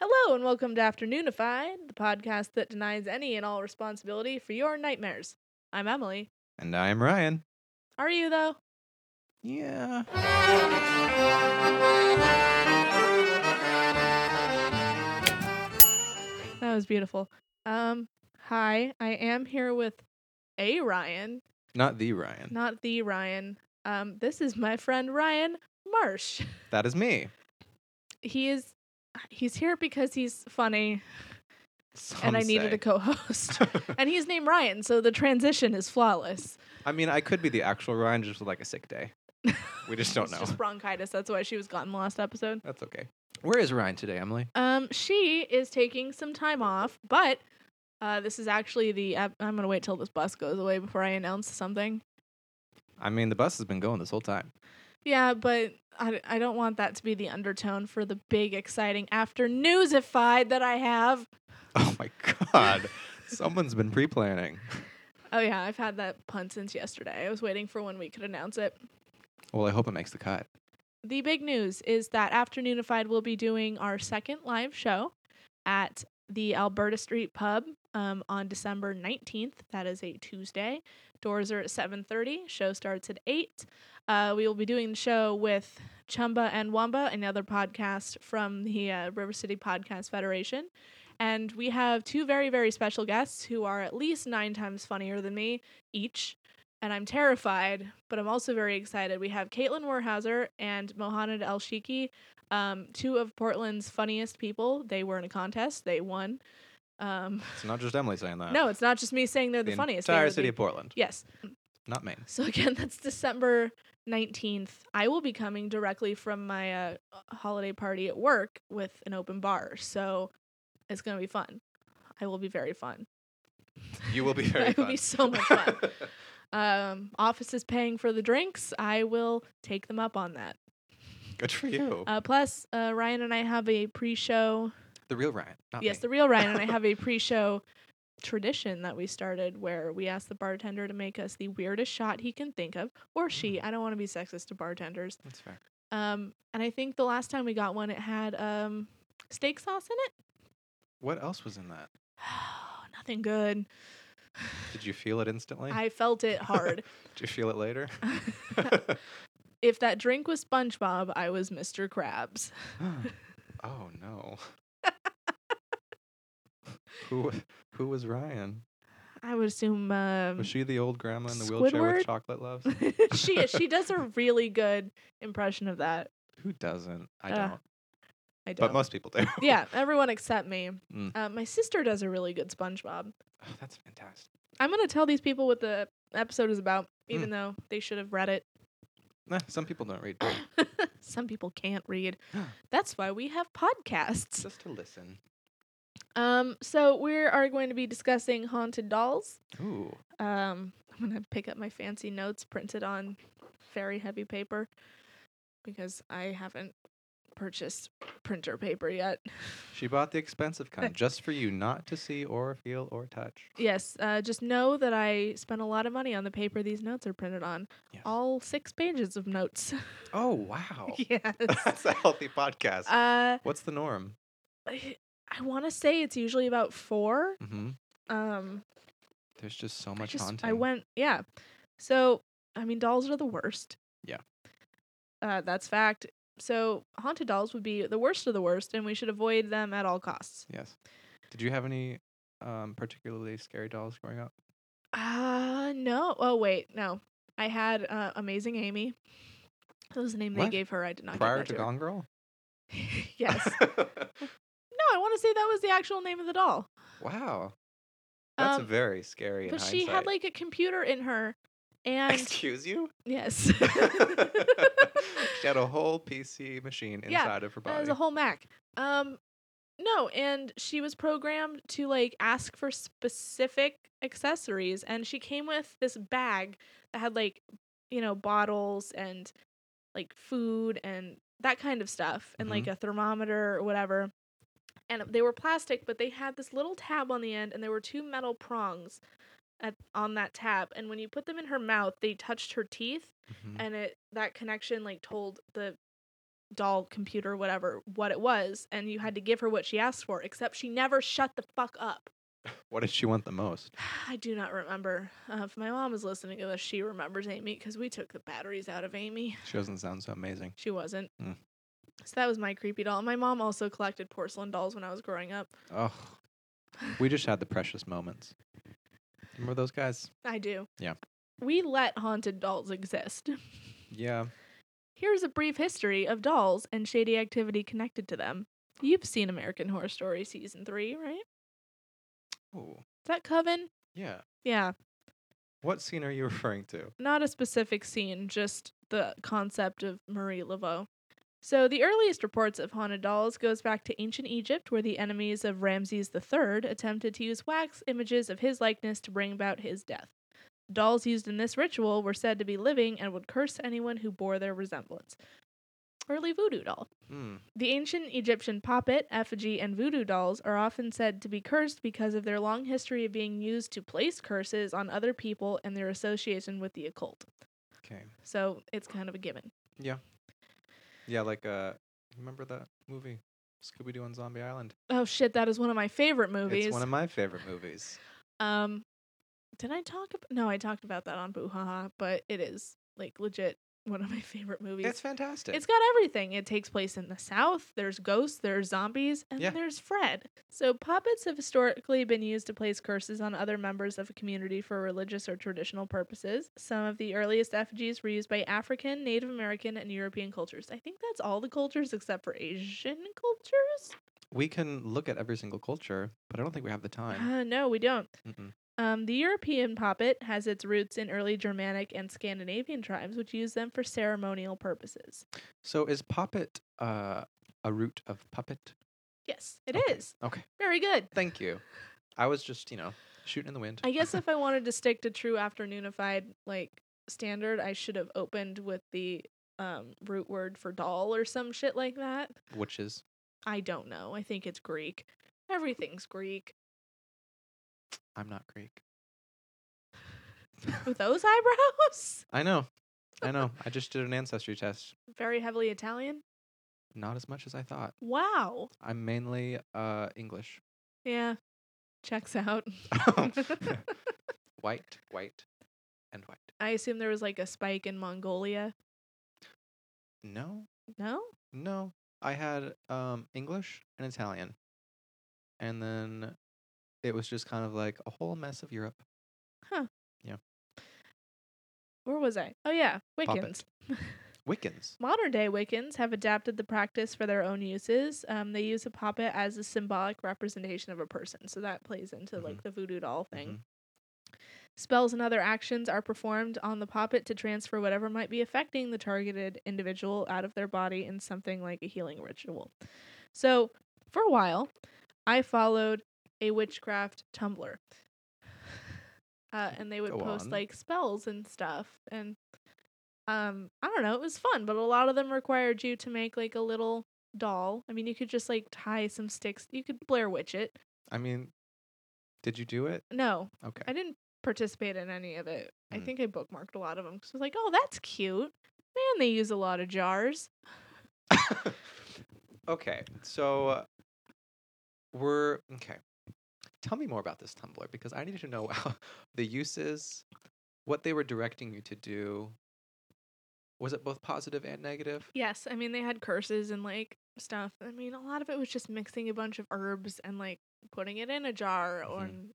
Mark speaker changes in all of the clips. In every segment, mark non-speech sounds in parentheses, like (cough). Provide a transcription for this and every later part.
Speaker 1: Hello and welcome to Afternoonified, the podcast that denies any and all responsibility for your nightmares. I'm Emily.
Speaker 2: And I'm Ryan.
Speaker 1: Are you though?
Speaker 2: Yeah.
Speaker 1: That was beautiful. Um, hi, I am here with a Ryan,
Speaker 2: Not the Ryan.
Speaker 1: not the Ryan. Um, this is my friend Ryan Marsh.
Speaker 2: That
Speaker 1: (laughs)
Speaker 2: is me.
Speaker 1: He is he's here because he's funny
Speaker 2: Some
Speaker 1: and I needed
Speaker 2: say.
Speaker 1: a co-host. and he's named Ryan, so the transition is flawless.
Speaker 2: I mean, I could be the actual Ryan just with like a sick day. We just
Speaker 1: (laughs)
Speaker 2: don't
Speaker 1: it's
Speaker 2: know.
Speaker 1: just bronchitis. That's why she was gone in the last episode.
Speaker 2: That's okay. Where is Ryan today, Emily?
Speaker 1: Um, she is taking some time off, but uh, this is actually the. ep- I'm gonna wait till this bus goes away before I announce something.
Speaker 2: I mean, the bus has been going this whole time.
Speaker 1: Yeah, but I, I don't want that to be the undertone for the big exciting after newsified that I have.
Speaker 2: Oh (laughs) my god. Someone's been pre-planning.
Speaker 1: Oh yeah, I've had that pun since yesterday. I was waiting for when we could announce it.
Speaker 2: Well, I hope it makes the cut.
Speaker 1: the big news is that Afternoonified will be doing our second live show at the Alberta Street Pub um, on December 19th. That is a Tuesday. Doors are at 7.30. Show starts at 8. Uh, we will be doing the show with Chumba and Wamba, another podcast from the uh, River City Podcast Federation. And we have two very, very special guests who are at least nine times funnier than me each and I'm terrified, but I'm also very excited. We have Caitlin Warhauser and Mohamed El Shiki, um, two of Portland's funniest people. They were in a contest. They won. Um,
Speaker 2: It's not just Emily saying that.
Speaker 1: no, it's not just me saying they're the, funniest. They
Speaker 2: entire
Speaker 1: were
Speaker 2: city
Speaker 1: the-
Speaker 2: of Portland,
Speaker 1: yes. (laughs)
Speaker 2: not Maine.
Speaker 1: So again, that's December 19th. I will be coming directly from my uh, holiday party at work with an open bar. So it's going to be fun. I will be very fun.
Speaker 2: You will
Speaker 1: (laughs)
Speaker 2: be very
Speaker 1: I will
Speaker 2: fun.
Speaker 1: be so much fun. um, office is paying for the drinks. I will take them up on that.
Speaker 2: (laughs) Good for you.
Speaker 1: Uh, plus, uh, Ryan and I have a pre-show.
Speaker 2: the real Ryan, not
Speaker 1: yes,
Speaker 2: me.
Speaker 1: the real Ryan and
Speaker 2: (laughs)
Speaker 1: I have a pre-show tradition that we started where we ask the bartender to make us the weirdest shot he can think of, or she.
Speaker 2: Mm-hmm.
Speaker 1: I don't want to be sexist to bartenders.
Speaker 2: That's fair.
Speaker 1: Um, and I think the last time we got one, it had um, steak sauce in it. (sighs)
Speaker 2: What else was in that?
Speaker 1: Nothing good.
Speaker 2: Did you feel it instantly?
Speaker 1: I felt it
Speaker 2: (laughs)
Speaker 1: hard. (laughs)
Speaker 2: Did you feel it later? (laughs)
Speaker 1: if that drink was SpongeBob, I was Mr. Krabs.
Speaker 2: oh no.
Speaker 1: (laughs)
Speaker 2: who who was Ryan?
Speaker 1: I would assume um,
Speaker 2: Was she the old grandma in the wheelchair
Speaker 1: Squidward?
Speaker 2: with chocolate
Speaker 1: (laughs)
Speaker 2: loves?
Speaker 1: she is. She does a really good impression of that.
Speaker 2: who doesn't? I
Speaker 1: Uh,
Speaker 2: don't.
Speaker 1: I don't.
Speaker 2: But most people do.
Speaker 1: (laughs) yeah, everyone except me.
Speaker 2: Mm.
Speaker 1: Uh, my sister does a really good SpongeBob.
Speaker 2: (laughs) Oh, that's fantastic.
Speaker 1: I'm gonna tell these people what the episode is about,
Speaker 2: Mm.
Speaker 1: even though they should have read it.
Speaker 2: Nah, some people don't read.
Speaker 1: (coughs) Some people can't
Speaker 2: (gasps)
Speaker 1: read. That's why we have podcasts.
Speaker 2: Just to listen.
Speaker 1: Um, so we are going to be discussing haunted dolls.
Speaker 2: Ooh.
Speaker 1: Um, I'm gonna pick up my fancy notes printed on very heavy paper because I haven't purchased printer paper yet.
Speaker 2: She bought the expensive
Speaker 1: (laughs)
Speaker 2: kind just for you not to see or feel or touch.
Speaker 1: Yes, uh, just know that I spent a lot of money on the paper these notes are printed on.
Speaker 2: Yes.
Speaker 1: All six pages of notes.
Speaker 2: (laughs) Oh wow.
Speaker 1: (laughs)
Speaker 2: (laughs)
Speaker 1: yes.
Speaker 2: that's a healthy podcast.
Speaker 1: uh,
Speaker 2: What's the norm?
Speaker 1: I want to say it's usually about four.
Speaker 2: Mm-hmm.
Speaker 1: Um,
Speaker 2: There's just so
Speaker 1: I
Speaker 2: much
Speaker 1: just-
Speaker 2: content.
Speaker 1: I went, yeah. So, I mean, dolls are the worst.
Speaker 2: Yeah.
Speaker 1: Uh, that's fact. So, haunted dolls would be the worst of the worst, and we should avoid them at all costs.
Speaker 2: Yes. Did you have any um, particularly scary dolls growing up?
Speaker 1: Uh, no. Oh, wait, no. I had uh, Amazing Amy. That was the name they
Speaker 2: What?
Speaker 1: gave her. I did not
Speaker 2: Prior
Speaker 1: get that
Speaker 2: to
Speaker 1: to her.
Speaker 2: Gone Girl?
Speaker 1: (laughs)
Speaker 2: (laughs)
Speaker 1: yes. No, I want to say that was the actual name of the doll.
Speaker 2: wow. That's
Speaker 1: Um,
Speaker 2: very scary. in
Speaker 1: But she had
Speaker 2: hindsight. (laughs)
Speaker 1: like um a computer in her, and (laughs)
Speaker 2: Excuse you? (laughs)
Speaker 1: yes,
Speaker 2: she had a whole PC machine
Speaker 1: Yeah,
Speaker 2: inside of her
Speaker 1: that was
Speaker 2: body.
Speaker 1: a whole Mac. Um, no, and she was programmed to like ask for specific accessories, and she came with this bag that had like, you know, bottles and like food and that kind of stuff, and like a thermometer or whatever. And they were plastic, but they had this little tab on the end, and there were two metal prongs at, on that tab. And when you put them in her mouth, they touched her teeth,
Speaker 2: Mhm.
Speaker 1: and it that connection like told the doll computer whatever what it was and you had to give her what she asked for except she never shut the fuck up (sighs)
Speaker 2: What did she want the most?
Speaker 1: i do not remember uh, if my mom is listening to this she remembers amy because we took the batteries out of amy
Speaker 2: She doesn't sound so amazing.
Speaker 1: she wasn't
Speaker 2: Mm.
Speaker 1: so that was my creepy doll my mom also collected porcelain dolls when i was growing up
Speaker 2: Oh, we just had the precious moments. Remember those guys?
Speaker 1: i do
Speaker 2: Yeah.
Speaker 1: we let haunted dolls exist (laughs)
Speaker 2: Yeah.
Speaker 1: Here's a brief history of dolls and shady activity connected to them. You've seen American Horror Story season three, right? Is
Speaker 2: Oh,
Speaker 1: that Coven?
Speaker 2: yeah.
Speaker 1: Yeah,
Speaker 2: What scene are you (laughs) referring to?
Speaker 1: not a specific scene, just the concept of Marie Laveau. So the earliest reports of haunted dolls goes back to ancient Egypt, where the enemies of Ramses III attempted to use wax images of his likeness to bring about his death. Dolls used in this ritual were said to be living and would curse anyone who bore their resemblance. Early voodoo doll.
Speaker 2: Hmm.
Speaker 1: The ancient Egyptian poppet, effigy, and voodoo dolls are often said to be cursed because of their long history of being used to place curses on other people and their association with the occult.
Speaker 2: Okay.
Speaker 1: So it's kind of a given.
Speaker 2: Yeah, like uh, remember that movie, Scooby Doo on Zombie Island?
Speaker 1: Oh shit, that is one of my favorite movies.
Speaker 2: It's one of my favorite movies.
Speaker 1: um, did I talk about? No, I talked about that on Boo Ha Ha, but it is like legit one of my favorite movies.
Speaker 2: It's fantastic.
Speaker 1: It's got everything. It takes place in the South. There's ghosts, there's zombies, and
Speaker 2: Yeah.
Speaker 1: there's Fred. So puppets have historically been used to place curses on other members of a community for religious or traditional purposes. Some of the earliest effigies were used by African, Native American, and European cultures. I think that's all the cultures except for Asian cultures.
Speaker 2: we can look at every single culture, but I don't think we have the time.
Speaker 1: Uh, no, we don't.
Speaker 2: Mm-mm.
Speaker 1: Um, the European poppet has its roots in early Germanic and Scandinavian tribes, which used them for ceremonial purposes.
Speaker 2: So is poppet uh, a root of puppet?
Speaker 1: Yes, it is
Speaker 2: Okay. Okay.
Speaker 1: Very good.
Speaker 2: Thank you. I was just, you know, shooting in the wind.
Speaker 1: I guess
Speaker 2: (laughs)
Speaker 1: if I wanted to stick to true afternoonified like standard, I should have opened with the um root word for doll or some shit like that.
Speaker 2: Which is
Speaker 1: I don't know. I think it's Greek. Everything's Greek.
Speaker 2: I'm not Greek.
Speaker 1: With those eyebrows? (laughs)
Speaker 2: I know. I know. I just did an ancestry test.
Speaker 1: Very heavily Italian.
Speaker 2: Not as much as I thought.
Speaker 1: Wow.
Speaker 2: I'm mainly uh,
Speaker 1: (laughs)
Speaker 2: English. (laughs)
Speaker 1: Yeah. Checks out.
Speaker 2: white, white, and white.
Speaker 1: I assume there was like a spike in Mongolia.
Speaker 2: No,
Speaker 1: No?
Speaker 2: no. I had um, English and Italian. And then it was just kind of like a whole mess of Europe.
Speaker 1: Where was I? Oh yeah,
Speaker 2: Pop it.
Speaker 1: Wiccans.
Speaker 2: Wiccans.
Speaker 1: Modern day Wiccans have adapted the practice for their own uses. Um, they use a puppet as a symbolic representation of a person, so that plays into like the voodoo doll thing.
Speaker 2: Mhm.
Speaker 1: Spells and other actions are performed on the puppet to transfer whatever might be affecting the targeted individual out of their body in something like a healing ritual. So, for a while, I followed a witchcraft Tumblr. (sighs) Uh, and they would
Speaker 2: Go
Speaker 1: post
Speaker 2: on.
Speaker 1: like spells and stuff and um I don't know, it was fun, but a lot of them required you to make like a little doll. I mean, you could just like tie some sticks. You could Blair Witch it.
Speaker 2: I mean, did you do it?
Speaker 1: No,
Speaker 2: Okay.
Speaker 1: I didn't participate in any of it. I
Speaker 2: Mm.
Speaker 1: think I bookmarked a lot of them because I was like, oh, that's cute. Man, they use a lot of jars.
Speaker 2: (laughs) okay, so uh, we're okay. Tell me more about this Tumblr because I needed to know (laughs) how the uses, what they were directing you to do. Was it both positive and negative?
Speaker 1: Yes, I mean they had curses and like stuff. I mean, a lot of it was just mixing a bunch of herbs and like putting it in a jar
Speaker 2: Mhm.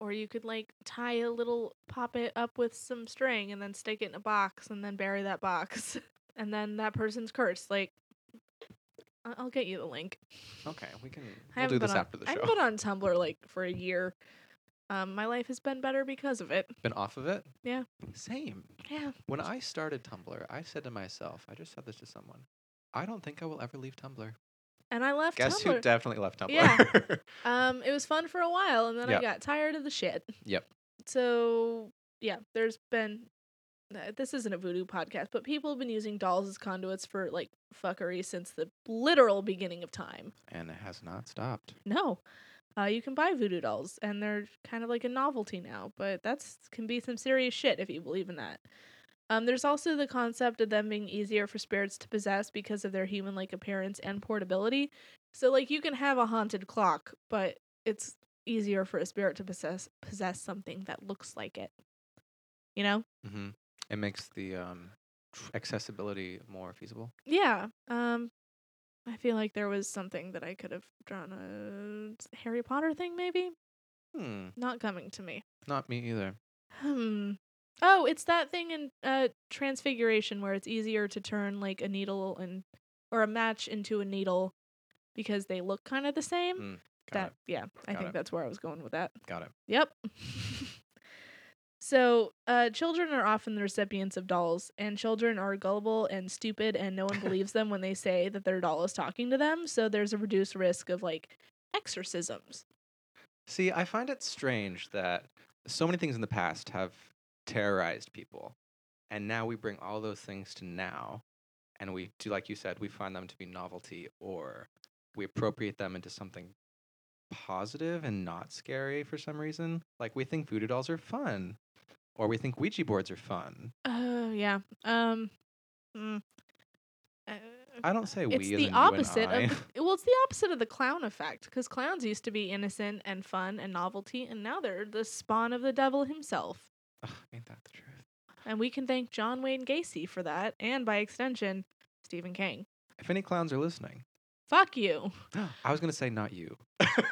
Speaker 1: or or you could like tie a little pop it up with some string and then stick it in a box and then bury that box (laughs) and then that person's cursed. Like I- I'll get you the link.
Speaker 2: Okay, we can
Speaker 1: I
Speaker 2: we'll
Speaker 1: haven't
Speaker 2: do this
Speaker 1: been on-
Speaker 2: after the
Speaker 1: I
Speaker 2: show.
Speaker 1: haven't been on Tumblr like for a year. Um, my life has been better because of it.
Speaker 2: Been off of it?
Speaker 1: Yeah.
Speaker 2: Same.
Speaker 1: Yeah.
Speaker 2: When I started Tumblr, I said to myself, I just said this to someone. I don't think I will ever leave Tumblr.
Speaker 1: And I left
Speaker 2: Guess
Speaker 1: Tumblr.
Speaker 2: who definitely left Tumblr? (laughs)
Speaker 1: Yeah. Um, it was fun for a while, and then I
Speaker 2: Yep.
Speaker 1: got tired of the shit.
Speaker 2: Yep.
Speaker 1: So yeah, there's been. uh, This isn't a voodoo podcast, but people have been using dolls as conduits for like fuckery since the literal beginning of time.
Speaker 2: and it has not stopped.
Speaker 1: No, uh, you can buy voodoo dolls, and they're kind of like a novelty now, but that's can be some serious shit if you believe in that. Um, there's also the concept of them being easier for spirits to possess because of their human like appearance and portability. So, like, you can have a haunted clock, but it's easier for a spirit to possess possess something that looks like it. You know?
Speaker 2: Mm-hmm. It makes the um, accessibility more feasible.
Speaker 1: Yeah. Um, I feel like there was something that I could have drawn a Harry Potter thing, maybe.
Speaker 2: Hmm.
Speaker 1: Not coming to me.
Speaker 2: Not me either.
Speaker 1: Hmm. Oh, it's that thing in uh, Transfiguration where it's easier to turn like a needle and or a match into a needle because they look kind of the same.
Speaker 2: Mm, Got
Speaker 1: that
Speaker 2: it.
Speaker 1: yeah, I
Speaker 2: Got
Speaker 1: think
Speaker 2: it.
Speaker 1: that's where I was going with that.
Speaker 2: Got it.
Speaker 1: Yep. so, uh, children are often the recipients of dolls, and children are gullible and stupid, and no
Speaker 2: (laughs)
Speaker 1: one believes them when they say that their doll is talking to them. So, there's a reduced risk of like exorcisms.
Speaker 2: See, I find it strange that so many things in the past have terrorized people, and now we bring all those things to now, and we do, like you said, we find them to be novelty, or we appropriate them into something positive and not scary for some reason. Like we think voodoo dolls are fun, or we think Ouija boards are fun.
Speaker 1: Oh, yeah. Um, mm. Uh,
Speaker 2: I don't say we.
Speaker 1: it's
Speaker 2: as in you
Speaker 1: the
Speaker 2: and
Speaker 1: opposite
Speaker 2: I.
Speaker 1: of the, well, it's the opposite of the clown effect because clowns used to be innocent and fun and novelty, and now they're the spawn of the devil himself.
Speaker 2: (laughs) Ugh, ain't that the truth?
Speaker 1: And we can thank John Wayne Gacy for that, and by extension, Stephen King.
Speaker 2: If any clowns
Speaker 1: (gasps)
Speaker 2: are listening,
Speaker 1: Fuck you.
Speaker 2: I was gonna say
Speaker 1: (laughs)
Speaker 2: not you.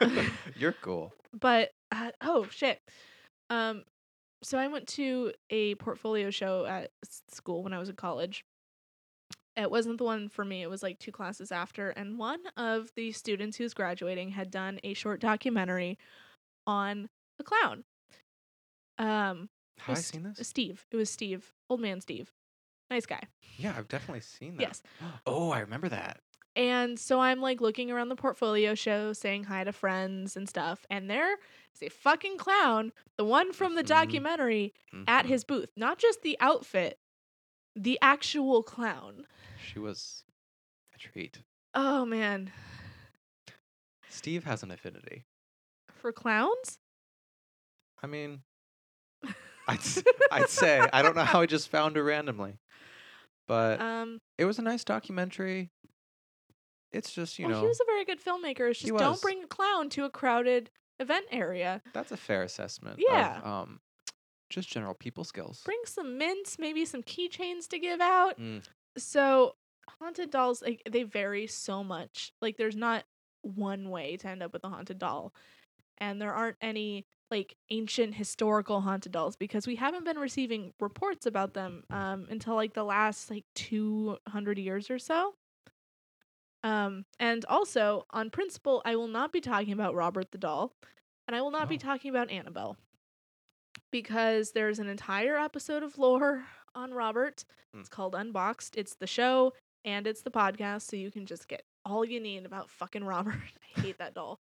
Speaker 2: (laughs) You're cool.
Speaker 1: But uh, oh shit. Um, so I went to a portfolio show at s- school when I was in college. It wasn't the one for me. It was like two classes after, and one of the students who's graduating had done a short documentary on a clown. Um,
Speaker 2: Have I
Speaker 1: Just-
Speaker 2: seen this?
Speaker 1: Steve. It was Steve, old man Steve, nice guy.
Speaker 2: Yeah, I've definitely seen that.
Speaker 1: Yes.
Speaker 2: (gasps) Oh, I remember that.
Speaker 1: And so I'm like looking around the portfolio show, saying hi to friends and stuff. And there is a fucking clown, the one from the
Speaker 2: Mhm.
Speaker 1: documentary, at
Speaker 2: Mhm.
Speaker 1: his booth. Not just the outfit, the actual clown.
Speaker 2: She was a treat.
Speaker 1: Oh man.
Speaker 2: Steve has an affinity.
Speaker 1: For clowns? (laughs)
Speaker 2: I mean, I'd, s- I'd say I don't know how I just found her randomly, but
Speaker 1: Um,
Speaker 2: it was a nice documentary. It's just you
Speaker 1: well,
Speaker 2: know
Speaker 1: he was a very good filmmaker. It's
Speaker 2: He
Speaker 1: just don't
Speaker 2: was.
Speaker 1: bring a clown to a crowded event area.
Speaker 2: that's a fair assessment.
Speaker 1: Yeah.
Speaker 2: Of, um, just general people skills.
Speaker 1: Bring some mints, maybe some keychains to give out.
Speaker 2: Mm.
Speaker 1: so haunted dolls like they vary so much like there's not one way to end up with a haunted doll and there aren't any like ancient historical haunted dolls because we haven't been receiving reports about them um until like the last like 200 years or so um and also on principle i will not be talking about robert the doll and i will not be
Speaker 2: Oh.
Speaker 1: talking about annabelle because there's an entire episode of lore (laughs) on robert
Speaker 2: Mm.
Speaker 1: it's called Unboxed. It's the show and it's the podcast, so you can just get all you need about fucking (laughs) Robert. I hate that doll.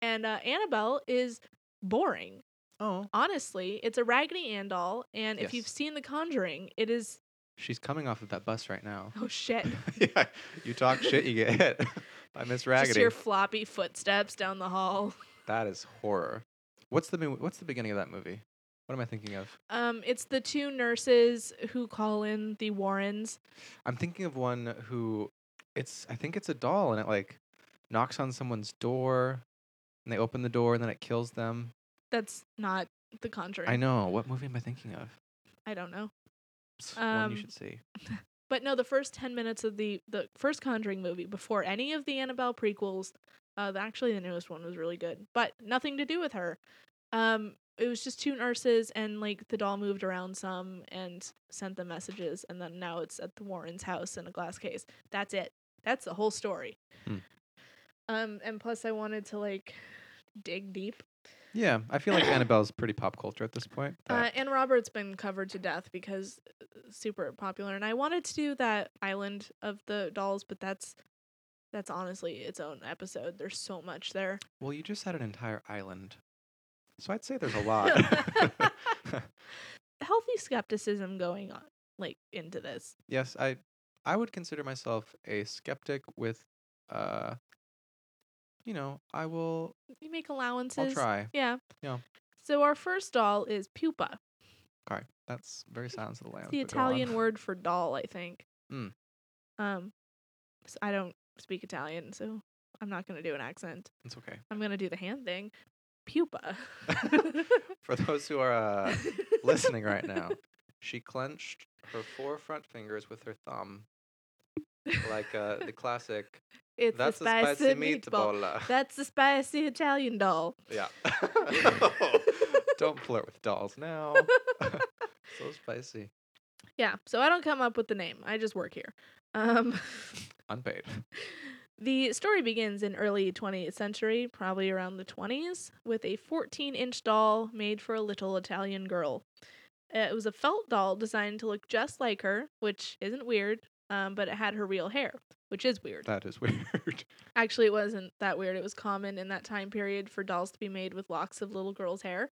Speaker 1: And uh, Annabelle is boring.
Speaker 2: Oh,
Speaker 1: Honestly, it's a Raggedy Ann doll, and if
Speaker 2: Yes.
Speaker 1: you've seen The Conjuring, it is (laughs)
Speaker 2: she's coming off of that bus right
Speaker 1: (gasps)
Speaker 2: now. (laughs)
Speaker 1: oh shit.
Speaker 2: yeah, you talk shit, you get hit (laughs) by Miss Raggedy.
Speaker 1: Just hear floppy footsteps down the hall.
Speaker 2: That is horror. What's the mo- what's the beginning of that movie? What am I thinking of?
Speaker 1: Um, it's the two nurses who call in the Warrens.
Speaker 2: I'm thinking of one who it's I think it's a doll and it like knocks on someone's door and they open the door and then it kills them.
Speaker 1: That's not The Conjuring.
Speaker 2: I know. What movie am I thinking of?
Speaker 1: I don't know.
Speaker 2: It's one
Speaker 1: Um,
Speaker 2: you should see.
Speaker 1: But no, the first ten minutes of the the first Conjuring movie, before any of the Annabelle prequels, uh, the, actually the newest one was really good, but nothing to do with her. Um, it was just two nurses, and like the doll moved around some and sent them messages, and then now it's at the Warrens' house in a glass case. That's it. That's the whole story.
Speaker 2: Hmm.
Speaker 1: Um, and plus, I wanted to like dig deep.
Speaker 2: Yeah, I feel like Annabelle's pretty pop culture at this point.
Speaker 1: Uh,
Speaker 2: but
Speaker 1: and Robert's been covered to death because uh, super popular. And I wanted to do that island of the dolls, but that's that's honestly its own episode. There's so much
Speaker 2: (laughs)
Speaker 1: there.
Speaker 2: well, you just had an entire island. So I'd say there's
Speaker 1: (laughs)
Speaker 2: a lot. (laughs)
Speaker 1: Healthy skepticism going on, like into this.
Speaker 2: yes, I I would consider myself a skeptic with uh you know, I will
Speaker 1: You make allowances.
Speaker 2: I'll try.
Speaker 1: Yeah.
Speaker 2: Yeah.
Speaker 1: So our first doll is Pupa.
Speaker 2: Okay. That's very Silence of the Lambs.
Speaker 1: It's the
Speaker 2: but go on.
Speaker 1: Italian word for doll, I think.
Speaker 2: Mm.
Speaker 1: Um, so I don't speak Italian, so I'm not gonna do an accent.
Speaker 2: It's okay.
Speaker 1: I'm gonna do the hand thing. Pupa.
Speaker 2: For those who are uh,
Speaker 1: (laughs)
Speaker 2: listening right now, she clenched her four front fingers with her thumb, like uh, the classic.
Speaker 1: (laughs) it's
Speaker 2: That's
Speaker 1: a
Speaker 2: a
Speaker 1: spicy,
Speaker 2: spicy
Speaker 1: meatball.
Speaker 2: meatball.
Speaker 1: That's the spicy Italian doll.
Speaker 2: yeah. (laughs)
Speaker 1: (laughs)
Speaker 2: Don't flirt with dolls now. (laughs) so spicy.
Speaker 1: Yeah. So I don't come up with the name. I just work here. Um. (laughs)
Speaker 2: Unpaid.
Speaker 1: The story begins in early 20th century, probably around the 20s, with a 14-inch doll made for a little Italian girl. Uh, It was a felt doll designed to look just like her, which isn't weird, um, but it had her real hair, which is weird.
Speaker 2: That is weird. (laughs)
Speaker 1: Actually, it wasn't that weird. It was common in that time period for dolls to be made with locks of little girls' hair.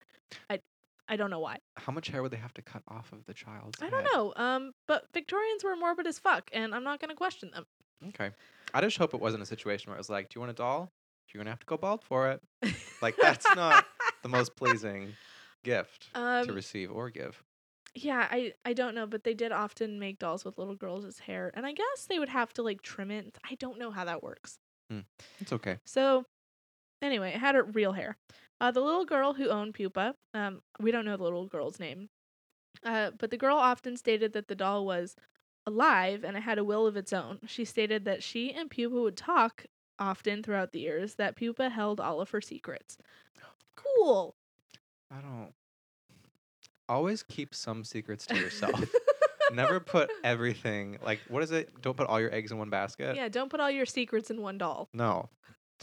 Speaker 1: I I don't know why.
Speaker 2: How much hair would they have to cut off of the child's
Speaker 1: I don't
Speaker 2: head?
Speaker 1: know. Um, but Victorians were morbid as fuck, and I'm not gonna question them.
Speaker 2: Okay. I just hope it wasn't a situation where it was like, do you want a doll? You're going to have to go bald for
Speaker 1: (laughs)
Speaker 2: it. Like, that's not the most pleasing gift
Speaker 1: um,
Speaker 2: to receive or give.
Speaker 1: Yeah, I I don't know, but they did often make dolls with little girls' hair, and I guess they would have to like trim it. I don't know how that works.
Speaker 2: It's okay.
Speaker 1: So, anyway, it had her real hair. Uh, the little girl who owned Pupa, um, we don't know the little girl's name, uh, but the girl often stated that the doll was alive and it had a will of its own. She stated that she and Pupa would talk often throughout the years. That Pupa held all of her secrets. Cool.
Speaker 2: I don't. Always keep some secrets to yourself. (laughs) Never put everything, like, what is it? Don't put all your eggs in one
Speaker 1: (laughs)
Speaker 2: basket?
Speaker 1: yeah, don't put all your secrets in one doll.
Speaker 2: No.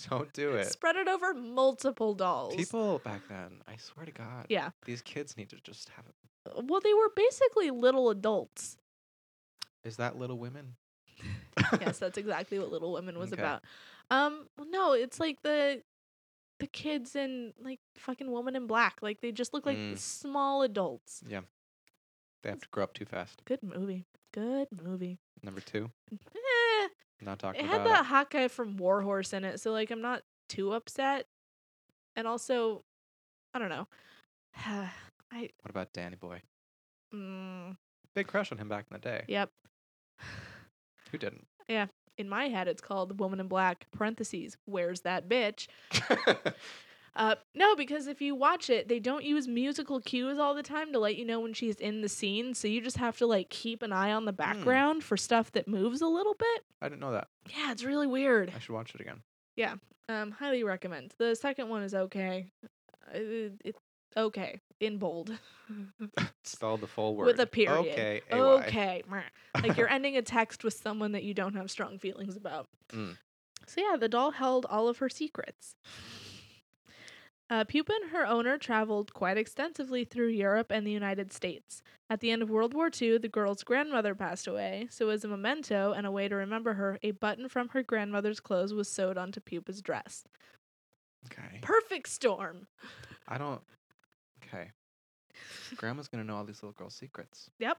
Speaker 2: Don't do it.
Speaker 1: Spread it over multiple dolls.
Speaker 2: People back then, I swear to God.
Speaker 1: Yeah.
Speaker 2: These kids need to just have it.
Speaker 1: Well, they were basically little adults.
Speaker 2: Is that Little Women?
Speaker 1: yes, that's exactly what Little Women was
Speaker 2: Okay.
Speaker 1: about. Um, well, no, it's like the the kids in like fucking Woman in Black. Like they just look like
Speaker 2: Mm.
Speaker 1: small adults.
Speaker 2: (laughs) They have to grow up too fast.
Speaker 1: Good movie. Good movie.
Speaker 2: Number two,
Speaker 1: Eh,
Speaker 2: not talking
Speaker 1: it had
Speaker 2: about
Speaker 1: that hot guy from Warhorse in it, so like I'm not too upset. And also, I don't know. (sighs) I
Speaker 2: What about Danny Boy?
Speaker 1: mm,
Speaker 2: Big crush on him back in the day.
Speaker 1: yep.
Speaker 2: Who didn't? (laughs)
Speaker 1: In my head, it's called Woman in Black. Parentheses. Where's that bitch? Uh, no, because if you watch it, they don't use musical cues all the time to let you know when she's in the scene. So you just have to like keep an eye on the background for stuff that moves a little bit.
Speaker 2: I didn't know that.
Speaker 1: Yeah, it's really weird.
Speaker 2: I should watch it again.
Speaker 1: Um, highly recommend. The second one is okay. Uh, It, okay in bold
Speaker 2: Spell the full word
Speaker 1: with a period.
Speaker 2: Okay. AY.
Speaker 1: Okay. meh. Like you're ending a text with someone that you don't have strong feelings about.
Speaker 2: Mm.
Speaker 1: So yeah, the doll held all of her secrets. Uh, Pupa and her owner traveled quite extensively through Europe and the United States. At the end of World War II, the girl's grandmother passed away, so as a memento and a way to remember her, a button from her grandmother's clothes was sewed onto Pupa's dress.
Speaker 2: Okay.
Speaker 1: Perfect storm.
Speaker 2: I don't. Okay. Grandma's gonna know all these little girls' secrets.
Speaker 1: Yep.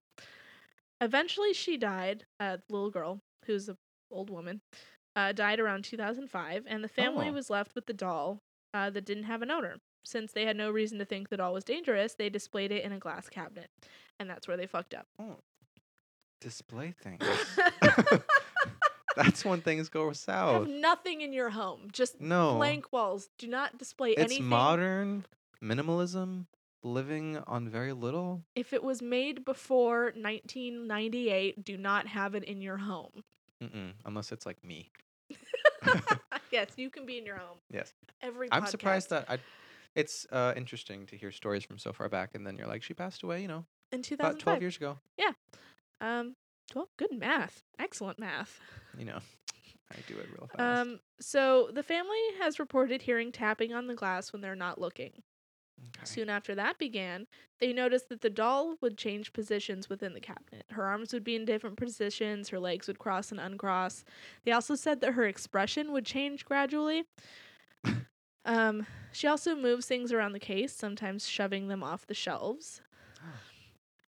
Speaker 1: Eventually, she died. Uh, the little girl, who's a old woman, uh, died around 2005, and the family
Speaker 2: Oh.
Speaker 1: was left with the doll uh, that didn't have an owner. Since they had no reason to think the doll was dangerous, they displayed it in a glass cabinet, and that's where they fucked up. (laughs)
Speaker 2: Display things. (laughs) That's when things go
Speaker 1: Have
Speaker 2: south.
Speaker 1: nothing in your home, just
Speaker 2: Oh. No.
Speaker 1: blank walls. Do not display
Speaker 2: it's
Speaker 1: anything.
Speaker 2: modern minimalism, living on very little.
Speaker 1: If it was made before 1998, do not have it in your
Speaker 2: (laughs)
Speaker 1: home.
Speaker 2: Mm-mm, unless it's like me.
Speaker 1: yes, you can be in your home.
Speaker 2: Yes.
Speaker 1: Every.
Speaker 2: I'm
Speaker 1: podcast.
Speaker 2: surprised that I. It's uh, interesting to hear stories from so far back, and then you're like, she passed away, you know,
Speaker 1: in 2005.
Speaker 2: about 12 years ago.
Speaker 1: Um, well, good math. Excellent math.
Speaker 2: You know, I do it real fast.
Speaker 1: Um, so the family has reported hearing tapping on the glass when they're not looking.
Speaker 2: okay.
Speaker 1: Soon after that began, they noticed that the doll would change positions within the cabinet. Her arms would be in different positions, her legs would cross and uncross. They also said that her expression would change gradually. um, she also moves things around the case, sometimes shoving them off the shelves.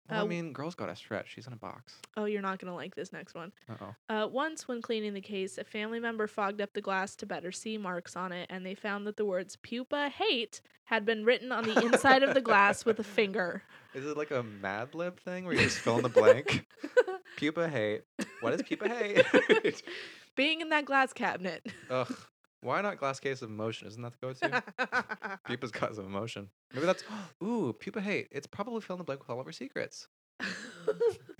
Speaker 2: Well,
Speaker 1: Uh,
Speaker 2: I mean, girl's got a stretch. She's in a box.
Speaker 1: Oh, you're not going to like this next one.
Speaker 2: Uh oh.
Speaker 1: Uh, once, when cleaning the case, a family member fogged up the glass to better see marks on it, and they found that the words pupa hate had been written on the inside of the glass with a finger. (laughs)
Speaker 2: Is it like a Mad Lib thing where you just fill in the blank? (laughs) Pupa hate. What is pupa (laughs) hate?
Speaker 1: Being in that glass cabinet. (laughs)
Speaker 2: Ugh. Why not glass case of emotion? Isn't that the (laughs) go-to? Pupa's cause of emotion. Maybe that's (gasps) ooh pupa hate. It's probably fill in the blank with all of our secrets. (laughs)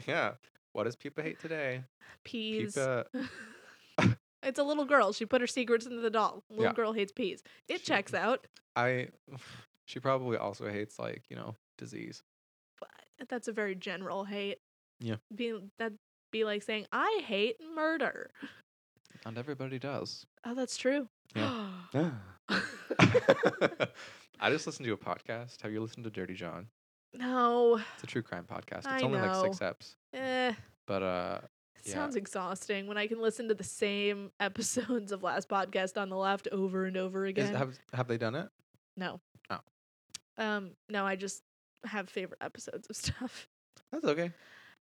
Speaker 2: Yeah. What is pupa hate today?
Speaker 1: peas.
Speaker 2: Pupa.
Speaker 1: it's a little girl. She put her secrets into the doll. Little
Speaker 2: Yeah.
Speaker 1: girl hates peas. It
Speaker 2: She-
Speaker 1: checks out.
Speaker 2: I. (sighs) She probably also hates like you know disease.
Speaker 1: But that's a very general hate.
Speaker 2: Yeah.
Speaker 1: Being that'd be like saying, I hate murder.
Speaker 2: Not everybody does.
Speaker 1: Oh, that's true.
Speaker 2: (laughs) I just listened to a podcast. Have you listened to Dirty John?
Speaker 1: (gasps) no.
Speaker 2: It's a true crime podcast. It's
Speaker 1: I
Speaker 2: only like six eps,
Speaker 1: Eh.
Speaker 2: but uh,
Speaker 1: It
Speaker 2: Yeah.
Speaker 1: Sounds exhausting when I can listen to the same (laughs) episodes of last podcast on the left over and over
Speaker 2: is,
Speaker 1: again.
Speaker 2: have have they done it?
Speaker 1: no.
Speaker 2: Oh.
Speaker 1: Um, no, I just have favorite episodes of (laughs) stuff.
Speaker 2: That's okay.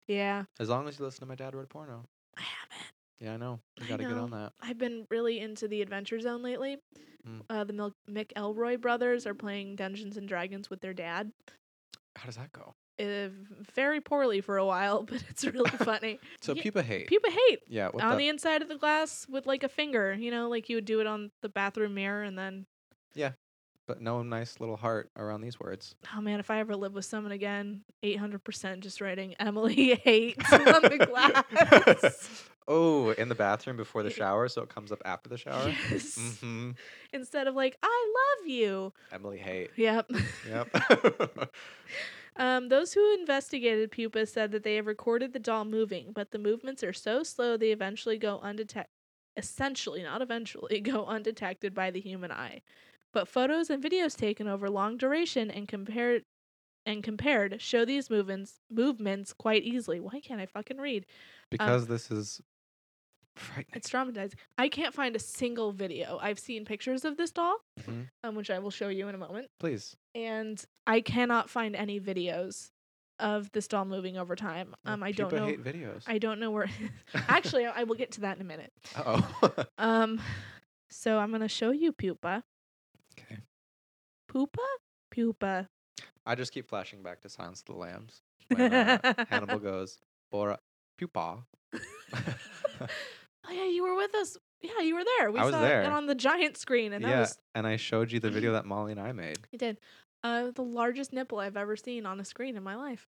Speaker 1: Yeah.
Speaker 2: As long as you listen to my dad read porno.
Speaker 1: I haven't.
Speaker 2: Yeah, I know. You
Speaker 1: I
Speaker 2: got to get
Speaker 1: know.
Speaker 2: on that.
Speaker 1: I've been really into the Adventure Zone lately.
Speaker 2: Mm.
Speaker 1: Uh, the Mil- McElroy brothers are playing Dungeons and Dragons with their dad.
Speaker 2: How does that go?
Speaker 1: Uh, very poorly for a while, (laughs) but
Speaker 2: (laughs)
Speaker 1: it's really funny.
Speaker 2: So
Speaker 1: Ye-
Speaker 2: pupa hate.
Speaker 1: Pupa hate
Speaker 2: yeah. What
Speaker 1: on
Speaker 2: the?
Speaker 1: the inside of the glass with like a finger, you know, like you would do it on the bathroom mirror and then
Speaker 2: but no nice little heart around these
Speaker 1: (laughs)
Speaker 2: words.
Speaker 1: Oh man, if I ever live with someone again, 800% just writing Emily (laughs)
Speaker 2: (laughs)
Speaker 1: hates on the glass.
Speaker 2: oh, in the
Speaker 1: (laughs)
Speaker 2: bathroom before the shower, so it comes up after the shower.
Speaker 1: Yes.
Speaker 2: Mm-hmm.
Speaker 1: Instead of like, I love you.
Speaker 2: Emily hate.
Speaker 1: Yep. (laughs)
Speaker 2: Yep. (laughs)
Speaker 1: Um, those who investigated Pupa said that they have recorded the doll moving, but the movements are so slow they eventually go undetected. Essentially, not eventually, (laughs) go undetected by the human eye. But photos and videos taken over long duration and compared and compared show these movements movements quite easily. Why can't I fucking read?
Speaker 2: because this is frightening.
Speaker 1: It's traumatizing. I can't find a single video. I've seen pictures of this doll,
Speaker 2: Mhm.
Speaker 1: um, which I will show you in a moment,
Speaker 2: Please.
Speaker 1: and I cannot find any videos of this doll moving over time.
Speaker 2: uh,
Speaker 1: Um, I don't
Speaker 2: pupa
Speaker 1: know.
Speaker 2: hate videos.
Speaker 1: I don't know
Speaker 2: (laughs)
Speaker 1: where. (laughs) Actually, I will get to that in a minute.
Speaker 2: oh.
Speaker 1: Um, so I'm gonna show you pupa,
Speaker 2: okay.
Speaker 1: pupa, pupa.
Speaker 2: I just keep flashing back to Silence of the Lambs when uh, Hannibal goes, "Bora pupa."
Speaker 1: (laughs)
Speaker 2: (laughs)
Speaker 1: Oh yeah, you were with us. Yeah, you were there. We
Speaker 2: I was
Speaker 1: saw it
Speaker 2: there.
Speaker 1: on the giant screen, and that
Speaker 2: yeah,
Speaker 1: was
Speaker 2: and I showed you
Speaker 1: (laughs)
Speaker 2: the video that Molly and I made.
Speaker 1: you did. Uh, the largest nipple I've ever seen on a screen in my life.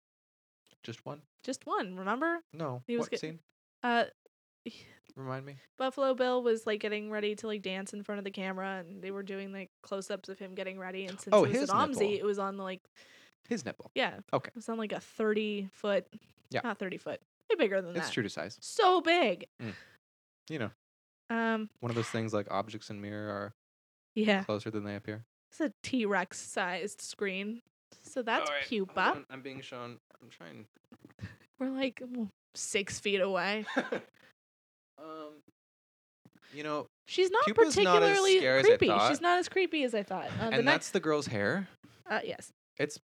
Speaker 2: Just one?
Speaker 1: Just one, remember?
Speaker 2: No.
Speaker 1: He was
Speaker 2: what
Speaker 1: get-
Speaker 2: scene?
Speaker 1: Uh,
Speaker 2: Remind me.
Speaker 1: Buffalo Bill was like getting ready to like dance in front of the camera, and they were doing like close-ups of him getting ready. And since
Speaker 2: Oh,
Speaker 1: it was
Speaker 2: his
Speaker 1: an Omzi,
Speaker 2: nipple.
Speaker 1: it was on like
Speaker 2: His nipple.
Speaker 1: yeah,
Speaker 2: Okay.
Speaker 1: it was on like a thirty-foot,
Speaker 2: Yeah.
Speaker 1: not thirty-foot, way bigger than
Speaker 2: It's
Speaker 1: that.
Speaker 2: true to size.
Speaker 1: So big.
Speaker 2: You know,
Speaker 1: Um,
Speaker 2: one of those things like objects in mirror are
Speaker 1: yeah,
Speaker 2: closer than they appear.
Speaker 1: it's a T-Rex-sized screen. So that's pupa.
Speaker 2: I'm being shown. I'm trying. (laughs)
Speaker 1: We're like w- six feet away.
Speaker 2: um, you know,
Speaker 1: She's not
Speaker 2: Pupa's not as
Speaker 1: particularly
Speaker 2: scary as I
Speaker 1: creepy.
Speaker 2: thought.
Speaker 1: She's not as creepy as I thought. Uh, the next,
Speaker 2: and that's the girl's hair.
Speaker 1: uh, yes,
Speaker 2: It's.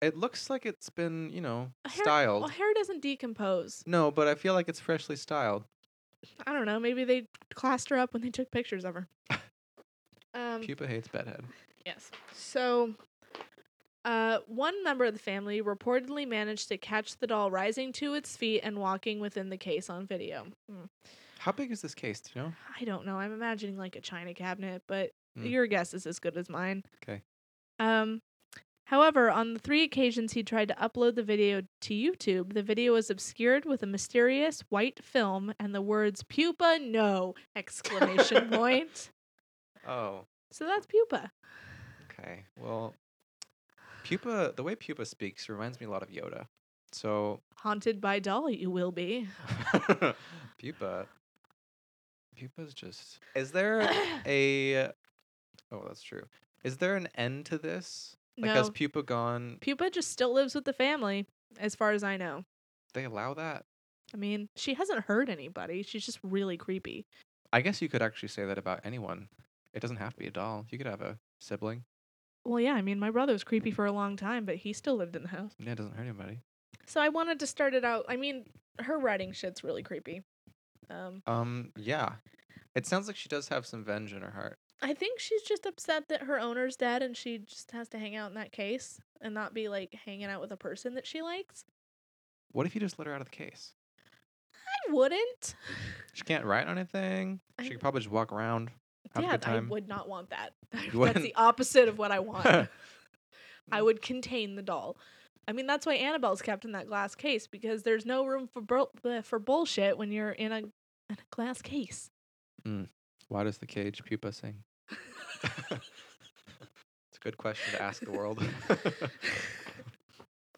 Speaker 2: It looks like it's been, you know,
Speaker 1: A hair- oh,
Speaker 2: styled.
Speaker 1: well, hair doesn't decompose.
Speaker 2: No, but I feel like it's freshly styled.
Speaker 1: I don't know. Maybe they classed her up when they took pictures of her. Um,
Speaker 2: Pupa hates bedhead.
Speaker 1: yes. So, uh, one member of the family reportedly managed to catch the doll rising to its feet and walking within the case on video. Hmm.
Speaker 2: How big is this case? Do you know?
Speaker 1: I don't know. I'm imagining like a china cabinet, but
Speaker 2: Mm.
Speaker 1: your guess is as good as mine.
Speaker 2: 'Kay.
Speaker 1: Um, however, on the three occasions he tried to upload the video to YouTube, the video was obscured with a mysterious white film and the words "pupa no!" exclamation point.
Speaker 2: Oh,
Speaker 1: So that's pupa.
Speaker 2: okay. Well, Pupa, the way Pupa speaks reminds me a lot of Yoda. So, (laughs)
Speaker 1: Haunted by doll, you will be.
Speaker 2: Pupa. Pupa's just.
Speaker 1: (clears throat)
Speaker 2: Is there a. Oh, that's true. Is there an end to this? Like, has
Speaker 1: no,
Speaker 2: Pupa gone?
Speaker 1: pupa just still lives with the family, as far as I know.
Speaker 2: They allow that?
Speaker 1: I mean, she hasn't hurt anybody. She's just really creepy.
Speaker 2: I guess you could actually say that about anyone. It doesn't have to be a doll. You could have a sibling.
Speaker 1: Well, yeah, I mean, my brother was creepy for a long time, but he still lived in the house.
Speaker 2: Yeah, it doesn't hurt anybody.
Speaker 1: So I wanted to start it out. I mean, her writing shit's really creepy. Um,
Speaker 2: Um, yeah. It sounds like she does have some venge in her heart.
Speaker 1: I think she's just upset that her owner's dead and she just has to hang out in that case and not be like hanging out with a person that she likes.
Speaker 2: What if you just let her out of the case?
Speaker 1: I wouldn't.
Speaker 2: She can't write on anything.
Speaker 1: I-
Speaker 2: She could probably just walk around. Have a
Speaker 1: yeah,
Speaker 2: good
Speaker 1: I
Speaker 2: time.
Speaker 1: would not want
Speaker 2: (laughs)
Speaker 1: that. That's the
Speaker 2: wouldn't?
Speaker 1: opposite of what I
Speaker 2: (laughs)
Speaker 1: want. I would contain the doll. I mean, that's why Annabelle's kept in that glass case because there's no room for bro- uh, for bullshit when you're in a in a glass case.
Speaker 2: Why does the cage
Speaker 1: (laughs)
Speaker 2: pupa (laughs) sing? It's a good question to ask
Speaker 1: (laughs)
Speaker 2: the world. (laughs)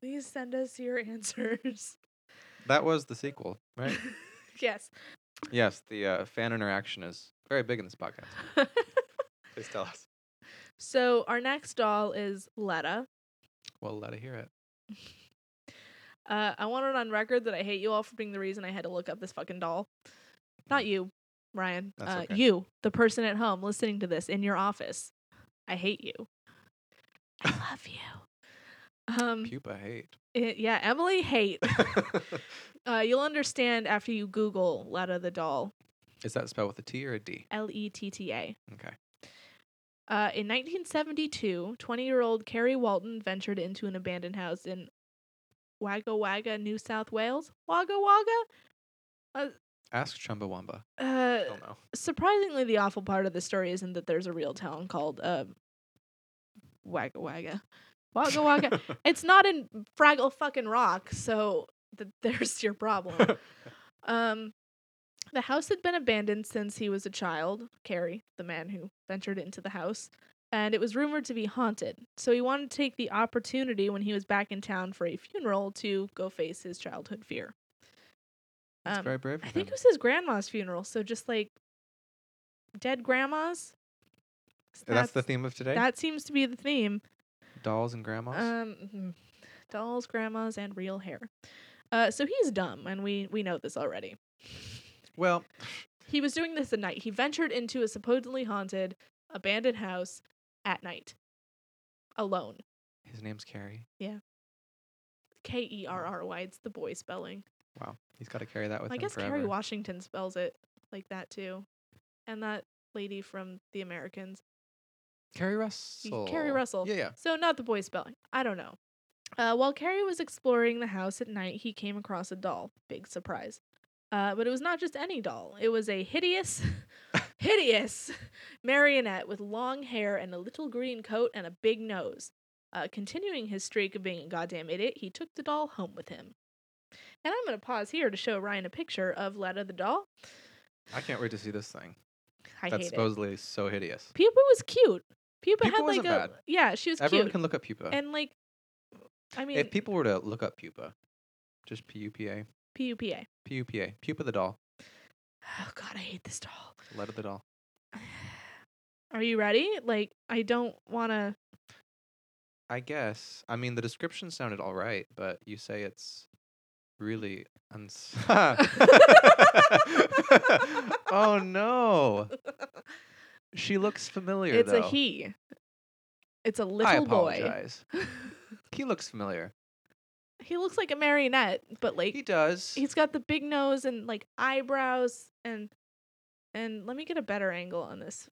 Speaker 1: Please send us your answers.
Speaker 2: that was the sequel,
Speaker 1: (laughs)
Speaker 2: right?
Speaker 1: yes.
Speaker 2: Yes, the uh, fan interaction is very big in this podcast. Please tell us.
Speaker 1: so our next doll is Letta.
Speaker 2: Well, let her hear it.
Speaker 1: Uh, I want it on record that I hate you all for being the reason I had to look up this fucking doll. Not you, Ryan.
Speaker 2: That's
Speaker 1: uh,
Speaker 2: okay.
Speaker 1: You, the person at home listening to this in your office. I hate you.
Speaker 2: (laughs)
Speaker 1: I love you. Um,
Speaker 2: Pupa
Speaker 1: (laughs)
Speaker 2: hate.
Speaker 1: it- yeah, Emily hate. Uh, you'll understand after you Google Letta the doll.
Speaker 2: is that spelled with a T or a D?
Speaker 1: L E T T A.
Speaker 2: Okay.
Speaker 1: Uh, in 1972, 20 year old Carrie Walton ventured into an abandoned house in Wagga Wagga, New South Wales. Wagga Wagga?
Speaker 2: Ask Chumbawamba.
Speaker 1: Uh,
Speaker 2: He'll know.
Speaker 1: surprisingly, the awful part of the story isn't that there's a real town called um, Wagga Wagga. Wagga
Speaker 2: (laughs)
Speaker 1: Wagga. it's not in Fraggle fucking Rock, so th- (laughs) there's your problem.
Speaker 2: (laughs)
Speaker 1: um, the house had been abandoned since he was a child, Carrie, the man who ventured into the house, and it was rumored to be haunted. So he wanted to take the opportunity when he was back in town for a funeral to go face his childhood fear.
Speaker 2: That's
Speaker 1: Um,
Speaker 2: very brave.
Speaker 1: I
Speaker 2: of
Speaker 1: think
Speaker 2: him.
Speaker 1: it was his grandma's funeral. So just like dead grandmas. So
Speaker 2: That's, the theme of today.
Speaker 1: That seems to be the theme.
Speaker 2: Dolls and grandmas.
Speaker 1: Um, mhm. dolls, grandmas, and real hair. Uh, so he's dumb, and we we know this already.
Speaker 2: well,
Speaker 1: He was doing this at night. He ventured into a supposedly haunted, abandoned house at night, alone.
Speaker 2: his name's Carrie.
Speaker 1: K E R R Y. It's the boy spelling.
Speaker 2: Wow, he's got to carry that with
Speaker 1: I
Speaker 2: him
Speaker 1: guess
Speaker 2: forever.
Speaker 1: Carrie Washington spells it like that too, and that lady from The Americans.
Speaker 2: Carrie Russell.
Speaker 1: Carrie Russell.
Speaker 2: Yeah, yeah.
Speaker 1: So not the boy spelling. I don't know. Uh, while Carrie was exploring the house at night, he came across a doll. Big surprise. Uh, but it was not just any doll. It was a hideous, (laughs) hideous marionette with long hair and a little green coat and a big nose. Uh, continuing his streak of being a goddamn idiot, he took the doll home with him. And I'm going to pause here to show Ryan a picture of Letta the doll.
Speaker 2: I can't wait to see this thing.
Speaker 1: I
Speaker 2: That's
Speaker 1: hate it.
Speaker 2: supposedly so hideous.
Speaker 1: Pupa was cute. Pupa,
Speaker 2: Pupa
Speaker 1: had like
Speaker 2: wasn't
Speaker 1: a
Speaker 2: bad.
Speaker 1: yeah, she was
Speaker 2: Everyone
Speaker 1: cute.
Speaker 2: can look up pupa.
Speaker 1: and like, I mean,
Speaker 2: if people were to look up pupa, just P U P A,
Speaker 1: PUPA.
Speaker 2: P U P A, pupa the doll,
Speaker 1: Oh god, I hate this doll.
Speaker 2: letter the doll.
Speaker 1: Are you ready? Like I don't want (laughs) to
Speaker 2: I guess. I mean, the description sounded all right, but you say it's really uns. (laughs) oh no. She looks familiar.
Speaker 1: It's
Speaker 2: though.
Speaker 1: a he. It's a
Speaker 2: I
Speaker 1: little boy.
Speaker 2: apologize. he looks familiar.
Speaker 1: (laughs) He looks like a marionette, but like
Speaker 2: He does.
Speaker 1: he's got the big nose and like eyebrows and and let me get a better angle on this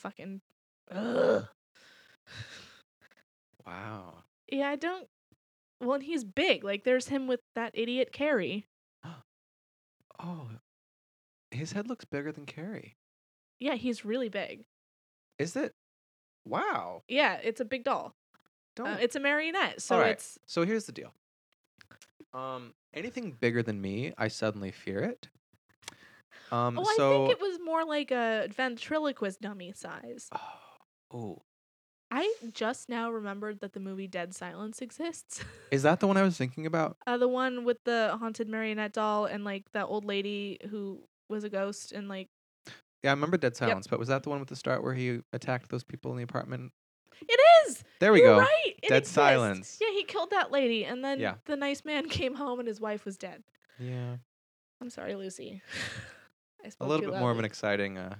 Speaker 1: fucking Ugh.
Speaker 2: Wow.
Speaker 1: Yeah, I don't Well, and he's big. Like there's him with that idiot Carrie.
Speaker 2: Oh, his head looks bigger than Carrie.
Speaker 1: Yeah, he's really big.
Speaker 2: Is it? Wow.
Speaker 1: Yeah, it's a big doll.
Speaker 2: Don't.
Speaker 1: Uh, it's a marionette, so
Speaker 2: Alright.
Speaker 1: it's
Speaker 2: so here's the deal. Um, anything bigger than me, I suddenly fear it. Um,
Speaker 1: Oh,
Speaker 2: so.
Speaker 1: I think it was more like a ventriloquist dummy size.
Speaker 2: Oh, (sighs) oh.
Speaker 1: I just now remembered that the movie Dead Silence exists. (laughs)
Speaker 2: is that the one I was thinking about?
Speaker 1: uh, the one with the haunted marionette doll and like that old lady who was a ghost and like
Speaker 2: Yeah, I remember Dead Silence, but was that the one with the start where he attacked those people in the apartment?
Speaker 1: it is.
Speaker 2: There we
Speaker 1: You're
Speaker 2: go.
Speaker 1: Right. it
Speaker 2: Dead
Speaker 1: exists!
Speaker 2: Silence.
Speaker 1: Yeah, he killed that lady, and then
Speaker 2: Yeah.
Speaker 1: the nice man (laughs) came home and his wife was dead.
Speaker 2: Yeah,
Speaker 1: I'm sorry, Lucy. (laughs) I
Speaker 2: a
Speaker 1: spoke
Speaker 2: little
Speaker 1: too
Speaker 2: bit more of an
Speaker 1: loudly.
Speaker 2: exciting uh,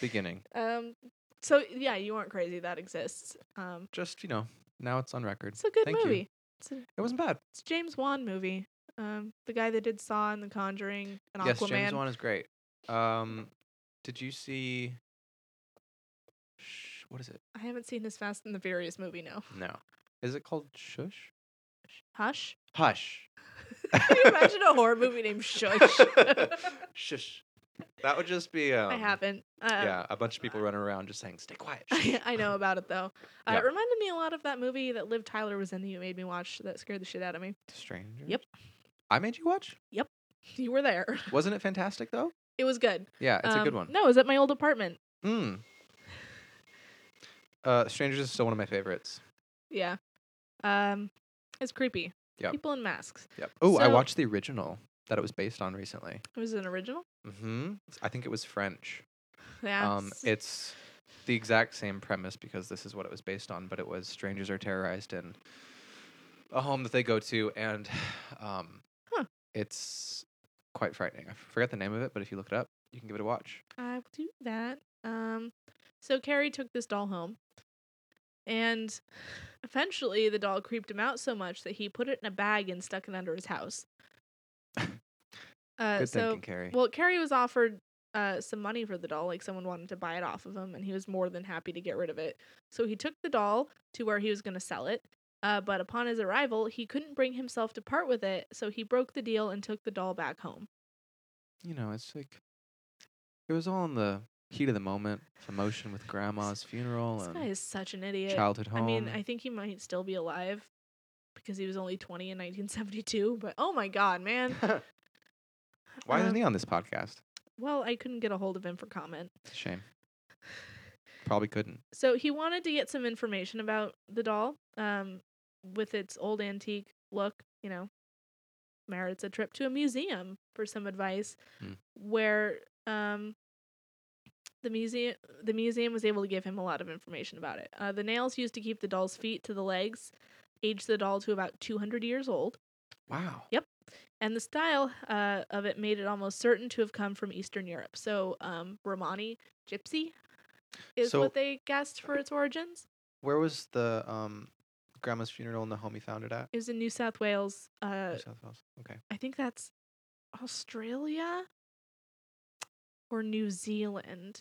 Speaker 2: beginning.
Speaker 1: Um. So yeah, you weren't crazy. That exists. Um.
Speaker 2: Just you know, now it's on record.
Speaker 1: It's a good
Speaker 2: Thank you.
Speaker 1: movie. It's, a,
Speaker 2: It wasn't bad.
Speaker 1: it's a James Wan movie. Um, the guy that did Saw and The Conjuring and
Speaker 2: Yes,
Speaker 1: Aquaman.
Speaker 2: James Wan is great. Um, did you see? Sh- what is it?
Speaker 1: I haven't seen his Fast and the Furious movie.
Speaker 2: (laughs)
Speaker 1: No,
Speaker 2: No, is it called Shush?
Speaker 1: Hush.
Speaker 2: (laughs)
Speaker 1: (laughs)
Speaker 2: Hush.
Speaker 1: Can you imagine a horror movie named
Speaker 2: (laughs)
Speaker 1: Shush?
Speaker 2: Shush. That would just be. Um,
Speaker 1: I haven't. Uh,
Speaker 2: Yeah, a bunch of people running around just saying, "Stay quiet." shush."
Speaker 1: (laughs) I, know about it
Speaker 2: (laughs)
Speaker 1: though. Uh,
Speaker 2: Yeah.
Speaker 1: It reminded me a lot of that movie that Liv Tyler was in that you made me watch. That scared the shit out of me. (laughs)
Speaker 2: Stranger.
Speaker 1: Yep.
Speaker 2: I made you watch.
Speaker 1: You were there. (laughs)
Speaker 2: Wasn't it fantastic though?
Speaker 1: It was good.
Speaker 2: Yeah, it's a good
Speaker 1: Um,
Speaker 2: one.
Speaker 1: No, it was at my old apartment.
Speaker 2: Mm. Uh, Strangers is still one of my favorites.
Speaker 1: Yeah. Um, it's creepy.
Speaker 2: Yep.
Speaker 1: People in masks.
Speaker 2: Yep. Oh, I
Speaker 1: So-
Speaker 2: watched the original that it was based on recently.
Speaker 1: It was an original. (laughs)
Speaker 2: hmm I think it was French.
Speaker 1: Yeah.
Speaker 2: Um, it's the exact same premise because this is what it was based on, but it was strangers are terrorized in a home that they go to, and (sighs) um,
Speaker 1: Huh.
Speaker 2: it's quite frightening. I forgot the name of it, but if you look it up, you can give it a watch.
Speaker 1: I will do that. Um, so Carrie took this doll home, and eventually the doll creeped him out so much that he put it in a bag and stuck it under his house. Uh,
Speaker 2: Good
Speaker 1: so
Speaker 2: thinking, Carrie.
Speaker 1: Well, Carrie was offered uh, some money for the doll. Like someone wanted to buy it off of him, and he was more than happy to get rid of it. So he took the doll to where he was going to sell it. Uh, but upon his arrival, he couldn't bring himself to part with it, so he broke the deal and took the doll back home.
Speaker 2: you know, it's like it was all in the heat of the moment, emotion with grandma's funeral
Speaker 1: This guy
Speaker 2: and
Speaker 1: is such an idiot.
Speaker 2: childhood home.
Speaker 1: I mean, I think he might still be alive because he was only 20 in 1972. But oh my god,
Speaker 2: (laughs)
Speaker 1: man!
Speaker 2: Why
Speaker 1: um,
Speaker 2: isn't he on this podcast?
Speaker 1: Well, I couldn't get a hold of him for comment.
Speaker 2: It's a shame. Probably couldn't.
Speaker 1: So he wanted to get some information about the doll, um, with its old antique look, you know, merits a trip to a museum for some advice
Speaker 2: Hmm.
Speaker 1: where um the museum the museum was able to give him a lot of information about it. Uh, the nails used to keep the doll's feet to the legs aged the doll to about 200 years old,
Speaker 2: Wow.
Speaker 1: and the style uh, of it made it almost certain to have come from Eastern Europe. So um, Romani gypsy is
Speaker 2: So-
Speaker 1: what they guessed for its origins.
Speaker 2: Where was the um grandma's funeral and the home he found it at?
Speaker 1: It was in New South Wales.
Speaker 2: New
Speaker 1: Uh,
Speaker 2: South Wales. Okay.
Speaker 1: I think that's Australia or New Zealand.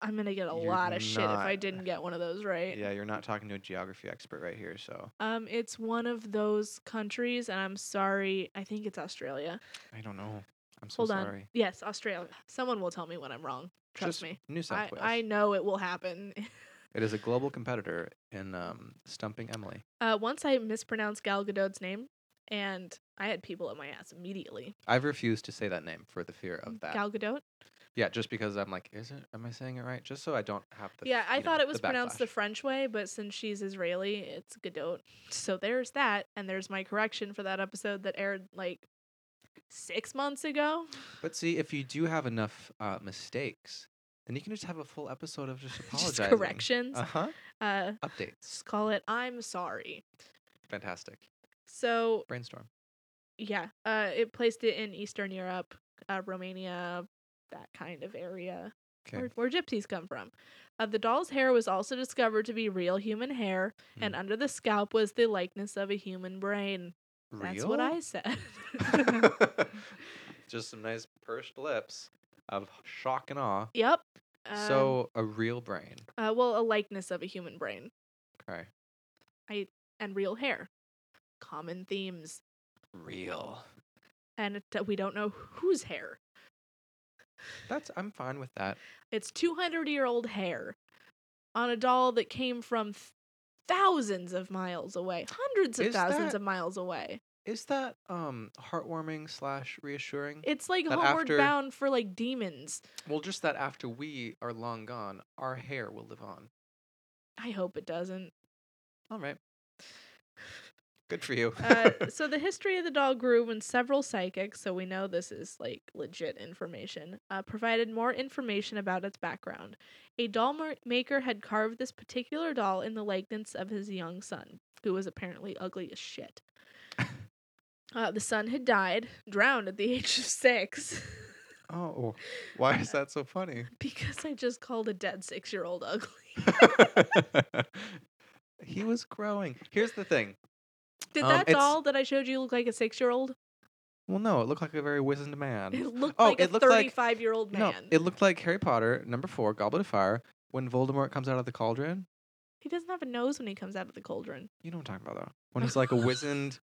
Speaker 1: I'm gonna get a
Speaker 2: You're
Speaker 1: lot of shit if I
Speaker 2: not-
Speaker 1: didn't get one of those right.
Speaker 2: Yeah, you're not talking to a geography expert right here, so
Speaker 1: Um, it's one of those countries, and I'm sorry. I think it's Australia.
Speaker 2: I don't know. I'm so
Speaker 1: Hold on.
Speaker 2: sorry.
Speaker 1: Yes, Australia. Someone will tell me when I'm wrong. Trust
Speaker 2: Just
Speaker 1: me.
Speaker 2: New South
Speaker 1: I,
Speaker 2: Wales.
Speaker 1: I know it will happen. (laughs)
Speaker 2: It is a global competitor in um, stumping Emily.
Speaker 1: Uh, once I mispronounced Gal Gadot's name, and I had people at my ass immediately.
Speaker 2: I've refused to say that name for the fear of that.
Speaker 1: Mm, Gal Gadot.
Speaker 2: Yeah, just because I'm like, is it? Am I saying it right? Just so I don't have the.
Speaker 1: Yeah,
Speaker 2: f-
Speaker 1: I
Speaker 2: you know,
Speaker 1: thought it was pronounced the
Speaker 2: backlash.
Speaker 1: French way, but since she's Israeli, it's Godot. So there's that, and there's my correction for that episode that aired like six months ago. (laughs)
Speaker 2: but see, if you do have enough uh, mistakes, then you can just have a full episode of just apologizing.
Speaker 1: (laughs) Just corrections.
Speaker 2: Uh
Speaker 1: (laughs)
Speaker 2: huh.
Speaker 1: Uh,
Speaker 2: Updates.
Speaker 1: just call it "I'm sorry."
Speaker 2: Fantastic.
Speaker 1: So
Speaker 2: Brainstorm.
Speaker 1: yeah, uh, it placed it in Eastern Europe, uh, Romania, that kind of area.
Speaker 2: Okay.
Speaker 1: Where, where gypsies come from. Uh, the doll's hair was also discovered to be real human hair,
Speaker 2: Hmm.
Speaker 1: and under the scalp was the likeness of a human brain. That's what I
Speaker 2: (laughs)
Speaker 1: said. (laughs)
Speaker 2: just some nice pursed lips of shock and awe.
Speaker 1: Yep. Um,
Speaker 2: so a real brain.
Speaker 1: uh, well, a likeness of a human brain
Speaker 2: Okay.
Speaker 1: and real hair, common themes,
Speaker 2: Real.
Speaker 1: and it, uh, we don't know whose hair.
Speaker 2: That's. I'm fine with that.
Speaker 1: It's 200 year old hair on a doll that came from th- thousands of miles away, hundreds of
Speaker 2: Is
Speaker 1: thousands
Speaker 2: that-
Speaker 1: of miles away.
Speaker 2: Is that um heartwarming slash reassuring?
Speaker 1: It's like
Speaker 2: That
Speaker 1: homeward
Speaker 2: after-
Speaker 1: bound for like demons.
Speaker 2: Well, just that after we are long gone, our hair will live on.
Speaker 1: I hope it
Speaker 2: (laughs)
Speaker 1: doesn't.
Speaker 2: All right. Good for you.
Speaker 1: Uh, so the history of the doll grew when several psychics, so we know this is like legit information, uh, provided more information about its background. A doll mar- maker had carved this particular doll in the likeness of his young son, who was apparently ugly as shit. Uh, the son had died, drowned at the age of six, (laughs)
Speaker 2: oh, why is that so funny? (laughs)
Speaker 1: because I just called a dead six year old ugly.
Speaker 2: he was growing. Here's the thing
Speaker 1: Did
Speaker 2: Um,
Speaker 1: that
Speaker 2: it's-
Speaker 1: doll that I showed you look like a six year old?
Speaker 2: Well, no, it looked like a very wizened man.
Speaker 1: It (laughs) looked
Speaker 2: Oh,
Speaker 1: like
Speaker 2: it
Speaker 1: a
Speaker 2: looked like-
Speaker 1: thirty five year old man.
Speaker 2: No, it looked like Harry Potter, number four, Goblet of Fire, when Voldemort comes out of the cauldron.
Speaker 1: he doesn't have a nose when he comes out of the cauldron.
Speaker 2: You know what I'm talking about, though. When he's like a wizened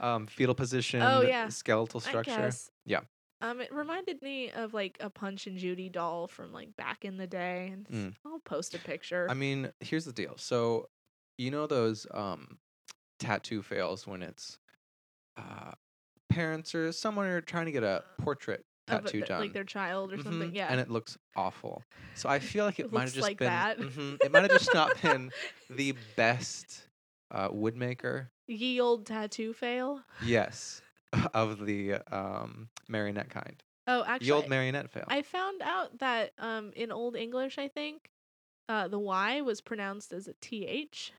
Speaker 2: um, fetal position,
Speaker 1: Oh, yeah.
Speaker 2: skeletal
Speaker 1: I
Speaker 2: structure.
Speaker 1: guess.
Speaker 2: Yeah.
Speaker 1: Um, it reminded me of like a Punch and Judy doll from like back in the day. And s-
Speaker 2: Mm.
Speaker 1: I'll post a picture.
Speaker 2: I mean, here's the deal. So, you know those um, tattoo fails when it's uh, parents or someone are trying to get a portrait
Speaker 1: Uh, of
Speaker 2: tattoo
Speaker 1: th-
Speaker 2: done,
Speaker 1: like their child or something.
Speaker 2: Mhm,
Speaker 1: Yeah.
Speaker 2: and it looks awful. So I feel
Speaker 1: (laughs)
Speaker 2: like it, might have
Speaker 1: looks
Speaker 2: just
Speaker 1: like
Speaker 2: been
Speaker 1: that.
Speaker 2: mhm, it might have just not
Speaker 1: (laughs)
Speaker 2: been the best uh, wood maker.
Speaker 1: Ye old tattoo fail.
Speaker 2: Yes, (laughs) of the um, marionette kind.
Speaker 1: Oh,
Speaker 2: The
Speaker 1: actually,
Speaker 2: old marionette fail.
Speaker 1: I found out that um, in Old English, I think, uh, the Y was pronounced as a TH.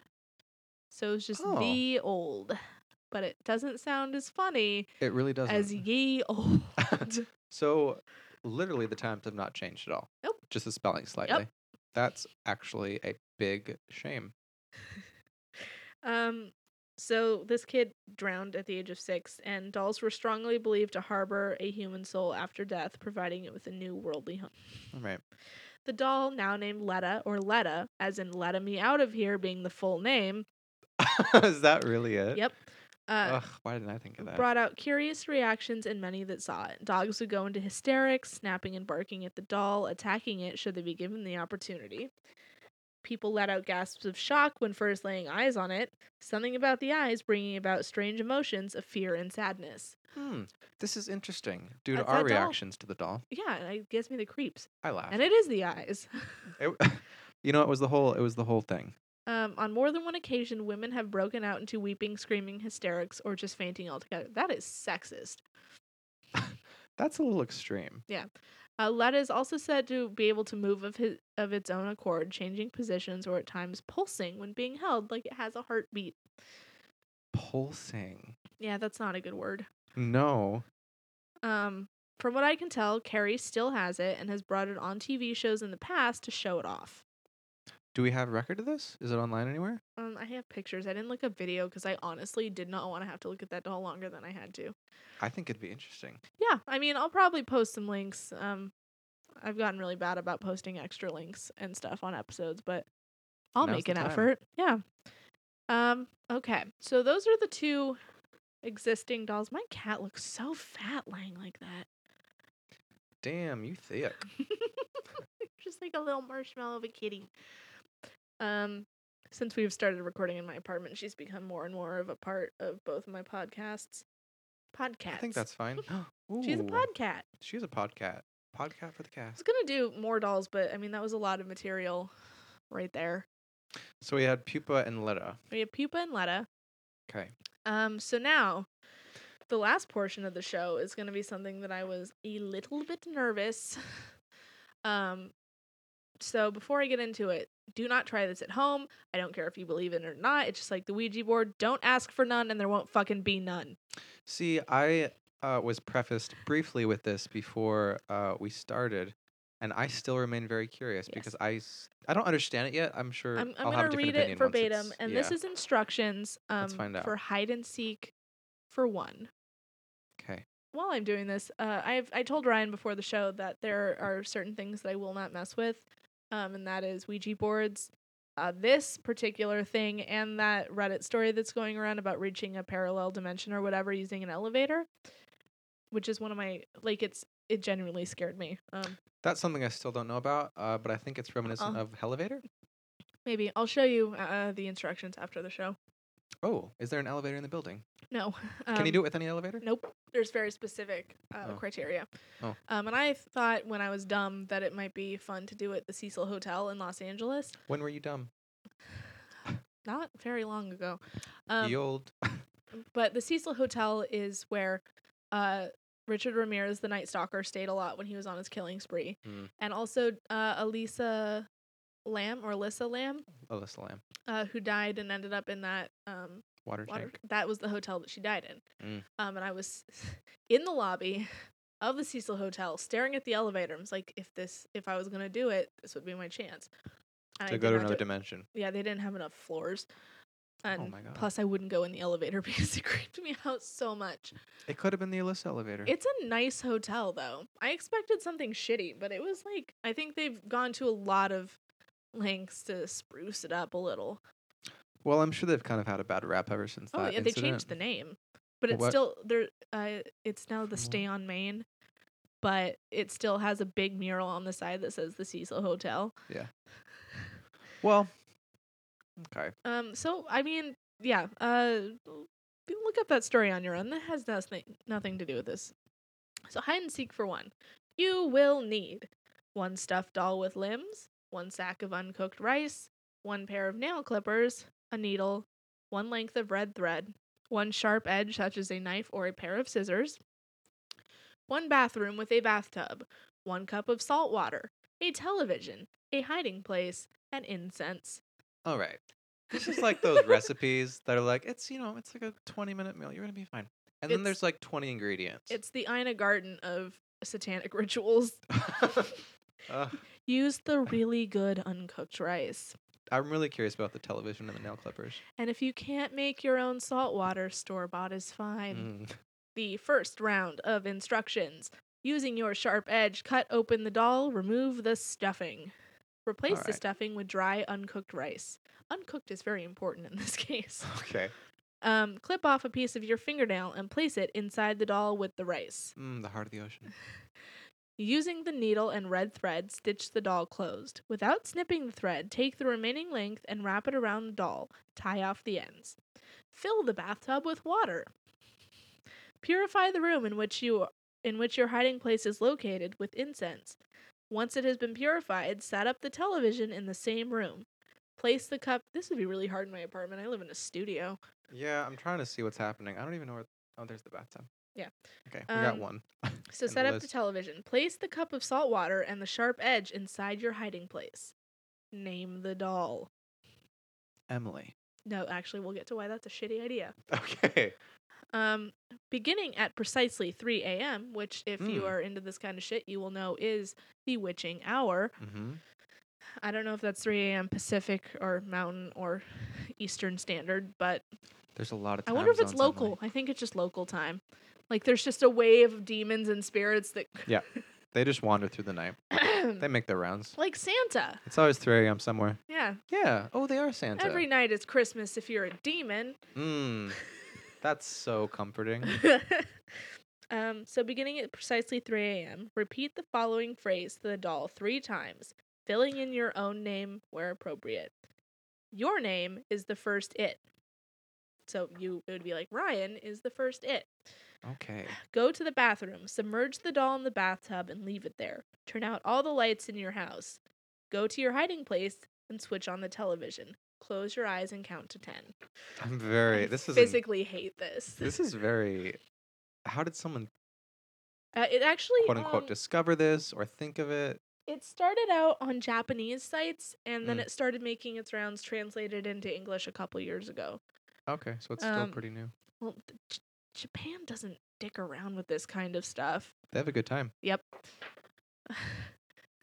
Speaker 1: So it's just
Speaker 2: Oh.
Speaker 1: the old. But it doesn't sound as funny
Speaker 2: it really doesn't.
Speaker 1: as ye old. (laughs)
Speaker 2: (laughs) So literally the times have not changed at all.
Speaker 1: Nope.
Speaker 2: Just the spelling slightly. That's actually a big shame.
Speaker 1: um, so this kid drowned at the age of six, and dolls were strongly believed to harbor a human soul after death, providing it with a new worldly home.
Speaker 2: All right. (laughs)
Speaker 1: The doll, now named Letta, or Letta, as in Letta Me Out of Here being the full name.
Speaker 2: Is that really it?
Speaker 1: Yep. Uh,
Speaker 2: Ugh, why didn't I think of that?
Speaker 1: brought out curious reactions in many that saw it. Dogs would go into hysterics, snapping and barking at the doll, attacking it should they be given the opportunity. People let out gasps of shock when first laying eyes on it, something about the eyes bringing about strange emotions of fear and sadness.
Speaker 2: Hmm. This is interesting due to
Speaker 1: That's
Speaker 2: our
Speaker 1: that doll.
Speaker 2: reactions to the doll.
Speaker 1: Yeah, and it gives me the creeps.
Speaker 2: I laughed.
Speaker 1: And it is the eyes. (laughs)
Speaker 2: It- (laughs) you know, it was the whole it was the whole thing.
Speaker 1: Um, on more than one occasion, women have broken out into weeping, screaming hysterics, or just fainting altogether. That is sexist.
Speaker 2: That's a little extreme.
Speaker 1: Uh, Letta is also said to be able to move of his of its own accord, changing positions or at times pulsing when being held, like it has a heartbeat.
Speaker 2: Pulsing.
Speaker 1: Yeah, that's not a good word.
Speaker 2: No.
Speaker 1: Um, from what I can tell, Carrie still has it and has brought it on TV shows in the past to show it off.
Speaker 2: Do we have record of this? Is it online anywhere?
Speaker 1: Um, I have pictures. I didn't look up video because I honestly did not want to have to look at that doll longer than I had to.
Speaker 2: I think it'd be interesting.
Speaker 1: Yeah, I mean, I'll probably post some links. Um, I've gotten really bad about posting extra links and stuff on episodes, but I'll
Speaker 2: Now's
Speaker 1: make
Speaker 2: the
Speaker 1: an
Speaker 2: time.
Speaker 1: effort. Yeah. Um. Okay. So those are the two existing dolls. My cat looks so fat lying like that.
Speaker 2: Damn, you thick.
Speaker 1: Just like a little marshmallow of a kitty. Um. Since we've started recording in my apartment, she's become more and more of a part of both of my podcasts. Podcasts.
Speaker 2: I think that's fine.
Speaker 1: (laughs)
Speaker 2: (gasps)
Speaker 1: she's a
Speaker 2: Ooh,
Speaker 1: podcat.
Speaker 2: She's a podcat. Podcat for the
Speaker 1: I
Speaker 2: cast.
Speaker 1: was gonna do more dolls, but I mean that was a lot of material right there.
Speaker 2: So we had pupa and letta.
Speaker 1: We have Pupa and Letta.
Speaker 2: Okay.
Speaker 1: Um, so now the last portion of the show is gonna be something that I was a little bit nervous. (laughs) um so before I get into it, do not try this at home. I don't care if you believe in it or not. It's just like the Ouija board. Don't ask for none and there won't fucking be none.
Speaker 2: See, I uh, was prefaced briefly with this before uh, we started, and I still remain very curious
Speaker 1: Mm-hmm. Yes.
Speaker 2: because I s- I don't understand it yet. I'm sure
Speaker 1: I'm, I'm
Speaker 2: will have
Speaker 1: gonna
Speaker 2: a different
Speaker 1: read
Speaker 2: opinion
Speaker 1: it
Speaker 2: once
Speaker 1: verbatim,
Speaker 2: it's-
Speaker 1: and
Speaker 2: yeah.
Speaker 1: this is instructions um,
Speaker 2: Let's find out.
Speaker 1: for hide and seek for one.
Speaker 2: okay.
Speaker 1: while I'm doing this, uh, I've I told Ryan before the show that there are certain things that I will not mess with, um, and that is Ouija boards, uh, this particular thing, and that Reddit story that's going around about reaching a parallel dimension or whatever using an elevator, which is one of my like it's it genuinely scared me. Um,
Speaker 2: That's something I still don't know about, uh, but I think it's reminiscent
Speaker 1: Uh-uh.
Speaker 2: of elevator.
Speaker 1: maybe I'll show you uh, the instructions after the show.
Speaker 2: Oh, is there an elevator in the building?
Speaker 1: No, (laughs) um,
Speaker 2: Can you do it with any elevator?
Speaker 1: Nope. There's very specific uh,
Speaker 2: Oh.
Speaker 1: criteria.
Speaker 2: Oh.
Speaker 1: Um, and I thought when I was dumb that it might be fun to do at the Cecil Hotel in Los Angeles.
Speaker 2: When were you dumb?
Speaker 1: Not very long ago. Um,
Speaker 2: the old.
Speaker 1: but the Cecil Hotel is where uh, Richard Ramirez, the Night Stalker, stayed a lot when he was on his killing spree.
Speaker 2: Mm.
Speaker 1: And also uh, Elisa Lamb or Alyssa Lamb,
Speaker 2: Alyssa Lamb.
Speaker 1: uh, who died and ended up in that um,
Speaker 2: Water,
Speaker 1: water-
Speaker 2: tank.
Speaker 1: That was the hotel that she died in.
Speaker 2: Mm.
Speaker 1: Um, and I was (laughs) in the lobby of the Cecil Hotel, staring at the elevator. I was like, if this, if I was gonna do it, this would be my chance. And I
Speaker 2: To
Speaker 1: did
Speaker 2: go to
Speaker 1: not do
Speaker 2: another
Speaker 1: it.
Speaker 2: dimension.
Speaker 1: Yeah, they didn't have enough floors. And
Speaker 2: Oh my God.
Speaker 1: plus, I wouldn't go in the elevator (laughs) because it creeped me out so much.
Speaker 2: It could have been the Alyssa elevator.
Speaker 1: It's a nice hotel though. I expected something shitty, but it was like I think they've gone to a lot of lengths to spruce it up a little.
Speaker 2: well, I'm sure they've kind of had a bad rap ever since
Speaker 1: Oh
Speaker 2: that
Speaker 1: yeah, they changed the name, but it's
Speaker 2: What-
Speaker 1: still there. Uh, it's now the
Speaker 2: From what?
Speaker 1: Stay on Main, but it still has a big mural on the side that says the Cecil Hotel.
Speaker 2: Well, okay.
Speaker 1: Um, so I mean, yeah. Uh, you look up that story on your own. That has nothing nothing to do with this. So hide and seek for one. You will need one stuffed doll with limbs, one sack of uncooked rice, one pair of nail clippers, a needle, one length of red thread, one sharp edge such as a knife or a pair of scissors, one bathroom with a bathtub, one cup of salt water, a television, a hiding place, and incense.
Speaker 2: All right. This is like those recipes that are like it's you know it's like a 20 minute meal. You're gonna be fine. And then
Speaker 1: It's-
Speaker 2: there's like 20 ingredients. (laughs)
Speaker 1: It's the Ina Garden of satanic (laughs) rituals.
Speaker 2: Uh,
Speaker 1: Use the really good uncooked rice.
Speaker 2: I'm really curious about the television and the nail clippers.
Speaker 1: And if you can't make your own salt water, store bought is fine.
Speaker 2: Mm. (laughs)
Speaker 1: The first round of instructions using your sharp edge, cut open the doll, remove the stuffing. Replace the
Speaker 2: Alright.
Speaker 1: stuffing with dry, uncooked rice. Uncooked is very important in this (laughs) case.
Speaker 2: Okay.
Speaker 1: Um, clip off a piece of your fingernail and place it inside the doll with the rice.
Speaker 2: Mm, the heart of the ocean.
Speaker 1: Using the needle and red thread, stitch the doll closed. Without snipping the thread, take the remaining length and wrap it around the doll. Tie off the ends. Fill the bathtub with water. Purify the room in which you in which your hiding place is located with incense. Once it has been purified, set up the television in the same room. Place the cup. This would be really hard in my apartment. I live in a studio.
Speaker 2: Yeah, I'm trying to see what's happening. I don't even know where. Oh, there's the bathtub.
Speaker 1: Yeah.
Speaker 2: Okay, we got
Speaker 1: Um,
Speaker 2: one.
Speaker 1: So
Speaker 2: and
Speaker 1: set up the
Speaker 2: list.
Speaker 1: television. Place the cup of salt water and the sharp edge inside your hiding place. Name the doll. (laughs)
Speaker 2: Emily.
Speaker 1: No, actually, we'll get to why that's a shitty idea.
Speaker 2: Okay.
Speaker 1: Um, beginning at precisely 3 a.m., which, if you
Speaker 2: Mm.
Speaker 1: are into this kind of shit, you will know is the witching hour.
Speaker 2: Mm-hmm.
Speaker 1: I don't know if that's 3 a.m. Pacific or Mountain or Eastern Standard, but
Speaker 2: There's a lot of.
Speaker 1: I wonder if
Speaker 2: time
Speaker 1: it's
Speaker 2: zones, Emily.
Speaker 1: local. I think it's just local time. Like, there's just a wave of demons and spirits that.
Speaker 2: Yeah. They just wander through the night.
Speaker 1: Mm.
Speaker 2: They make their rounds.
Speaker 1: (coughs) like Santa.
Speaker 2: It's always 3 a.m. somewhere.
Speaker 1: Yeah.
Speaker 2: Yeah. Oh, they are Santa.
Speaker 1: Every night is Christmas if you're a demon. (laughs)
Speaker 2: Mm. That's so comforting.
Speaker 1: um, so, beginning at precisely 3 a.m., repeat the following phrase to the doll three times, filling in your own name where appropriate. Your name is the first it. So, you it would be like Ryan is the first it.
Speaker 2: Okay.
Speaker 1: Go to the bathroom, submerge the doll in the bathtub, and leave it there. Turn out all the lights in your house. Go to your hiding place and switch on the television. Close your eyes and count to 10.
Speaker 2: I'm
Speaker 1: I
Speaker 2: very. This is. an-
Speaker 1: physically hate this.
Speaker 2: This is very. How did someone
Speaker 1: Uh, it actually
Speaker 2: quote unquote
Speaker 1: um,
Speaker 2: discover this or think of it?
Speaker 1: it started out on Japanese sites and then
Speaker 2: Mm.
Speaker 1: it started making its rounds translated into English a couple years ago.
Speaker 2: Okay, so it's still
Speaker 1: um,
Speaker 2: pretty new.
Speaker 1: Well, th- J- Japan doesn't dick around with this kind of stuff.
Speaker 2: They have a good time.
Speaker 1: Yep.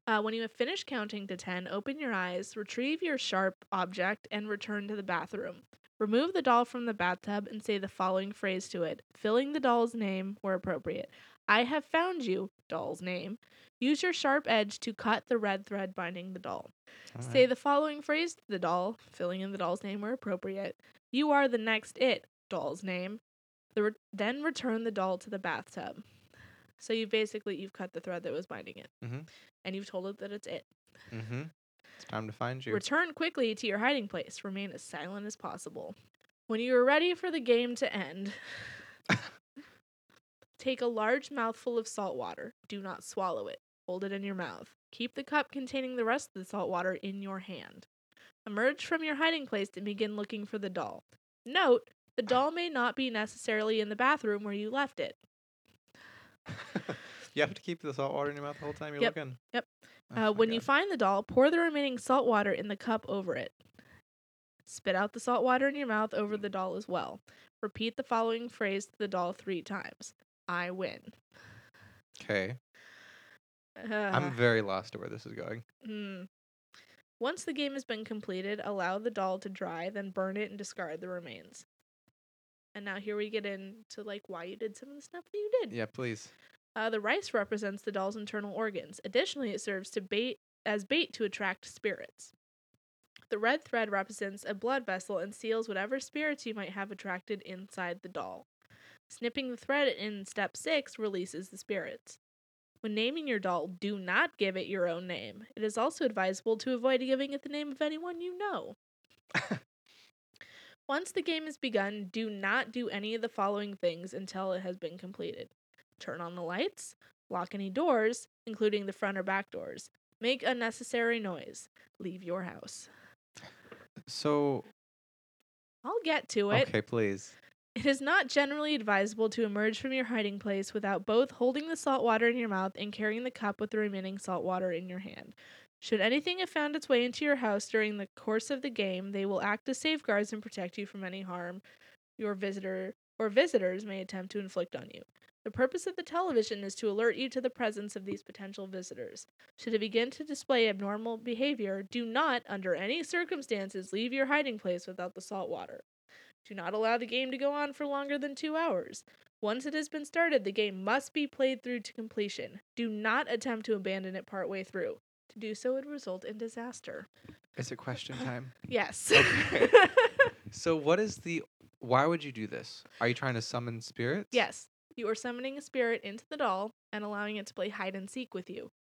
Speaker 1: Uh, when you have finished counting to 10, open your eyes, retrieve your sharp object, and return to the bathroom. Remove the doll from the bathtub and say the following phrase to it, filling the doll's name where appropriate. I have found you, doll's name. Use your sharp edge to cut the red thread binding the doll.
Speaker 2: All
Speaker 1: Say
Speaker 2: right.
Speaker 1: the following phrase to the doll, filling in the doll's name where appropriate. You are the next it, doll's name. The re- then return the doll to the bathtub. So you basically you've cut the thread that was binding it,
Speaker 2: Mhm.
Speaker 1: and you've told it that it's it.
Speaker 2: Mm-hmm. It's time to find you.
Speaker 1: Return quickly to your hiding place. Remain as silent as possible. When you are ready for the game to end, take a large mouthful of salt water. Do not swallow it. Hold it in your mouth. Keep the cup containing the rest of the salt water in your hand. Emerge from your hiding place and begin looking for the doll. Note, the doll may not be necessarily in the bathroom where you left it.
Speaker 2: you have to keep the salt water in your mouth the whole time you're
Speaker 1: Yep,
Speaker 2: looking.
Speaker 1: yep.
Speaker 2: Oh
Speaker 1: uh,
Speaker 2: my
Speaker 1: when you
Speaker 2: God.
Speaker 1: find the doll, pour the remaining salt water in the cup over it. Spit out the salt water in your mouth over the doll as well. Repeat the following phrase to the doll three times I win.
Speaker 2: Okay.
Speaker 1: Uh,
Speaker 2: I'm very lost to where this is going.
Speaker 1: hmm. Once the game has been completed, allow the doll to dry, then burn it and discard the remains. And now here we get into like why you did some of the stuff that you did.
Speaker 2: Yeah, please.
Speaker 1: Uh, the rice represents the doll's internal organs. Additionally, it serves to bait as bait to attract spirits. The red thread represents a blood vessel and seals whatever spirits you might have attracted inside the doll. Snipping the thread in step six releases the spirits. When naming your doll, do not give it your own name. It is also advisable to avoid giving it the name of anyone you know. Once the game is begun, do not do any of the following things until it has been completed turn on the lights, lock any doors, including the front or back doors, make unnecessary noise, leave your house.
Speaker 2: So
Speaker 1: I'll get to it.
Speaker 2: okay, please.
Speaker 1: It is not generally advisable to emerge from your hiding place without both holding the salt water in your mouth and carrying the cup with the remaining salt water in your hand. Should anything have found its way into your house during the course of the game, they will act as safeguards and protect you from any harm your visitor or visitors may attempt to inflict on you. The purpose of the television is to alert you to the presence of these potential visitors. Should it begin to display abnormal behavior, do not, under any circumstances, leave your hiding place without the salt water. Do not allow the game to go on for longer than two hours. Once it has been started, the game must be played through to completion. Do not attempt to abandon it partway through. To do so would result in disaster.
Speaker 2: Is it question time?
Speaker 1: Yes.
Speaker 2: Okay. so what is the why would you do this? Are you trying to summon spirits?
Speaker 1: (laughs) yes. You are summoning a spirit into the doll and allowing it to play hide and seek with you.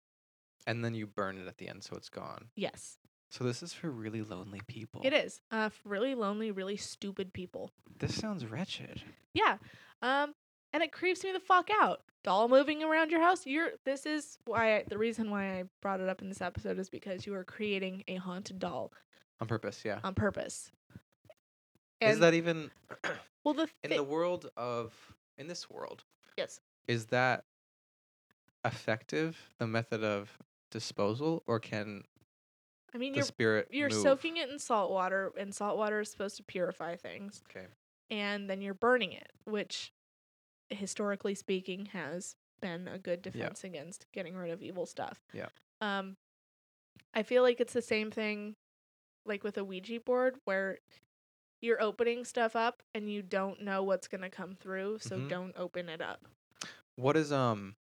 Speaker 2: And then you burn it at the end so it's gone.
Speaker 1: Yes.
Speaker 2: So this is for really lonely people.
Speaker 1: It is. Uh, for really lonely, really stupid people.
Speaker 2: This sounds wretched.
Speaker 1: Yeah. Um, and it creeps me the fuck out. Doll moving around your house. You're. This is why I, the reason why I brought it up in this episode is because you are creating a haunted doll
Speaker 2: On purpose, yeah.
Speaker 1: on purpose.
Speaker 2: is that even
Speaker 1: well the,
Speaker 2: in
Speaker 1: thi-
Speaker 2: the world of in this world,
Speaker 1: yes?
Speaker 2: is that effective, the method of disposal, or can
Speaker 1: I mean,
Speaker 2: the
Speaker 1: you're
Speaker 2: spirit
Speaker 1: you're
Speaker 2: move?
Speaker 1: soaking it in salt water, and salt water is supposed to purify things,
Speaker 2: Okay.
Speaker 1: and then you're burning it, which historically speaking has been a good defense against getting rid of evil stuff.
Speaker 2: Yeah.
Speaker 1: Um, I feel like it's the same thing, like with a Ouija board, where you're opening stuff up and you don't know what's gonna come through, so
Speaker 2: Mhm.
Speaker 1: don't open it up.
Speaker 2: What is um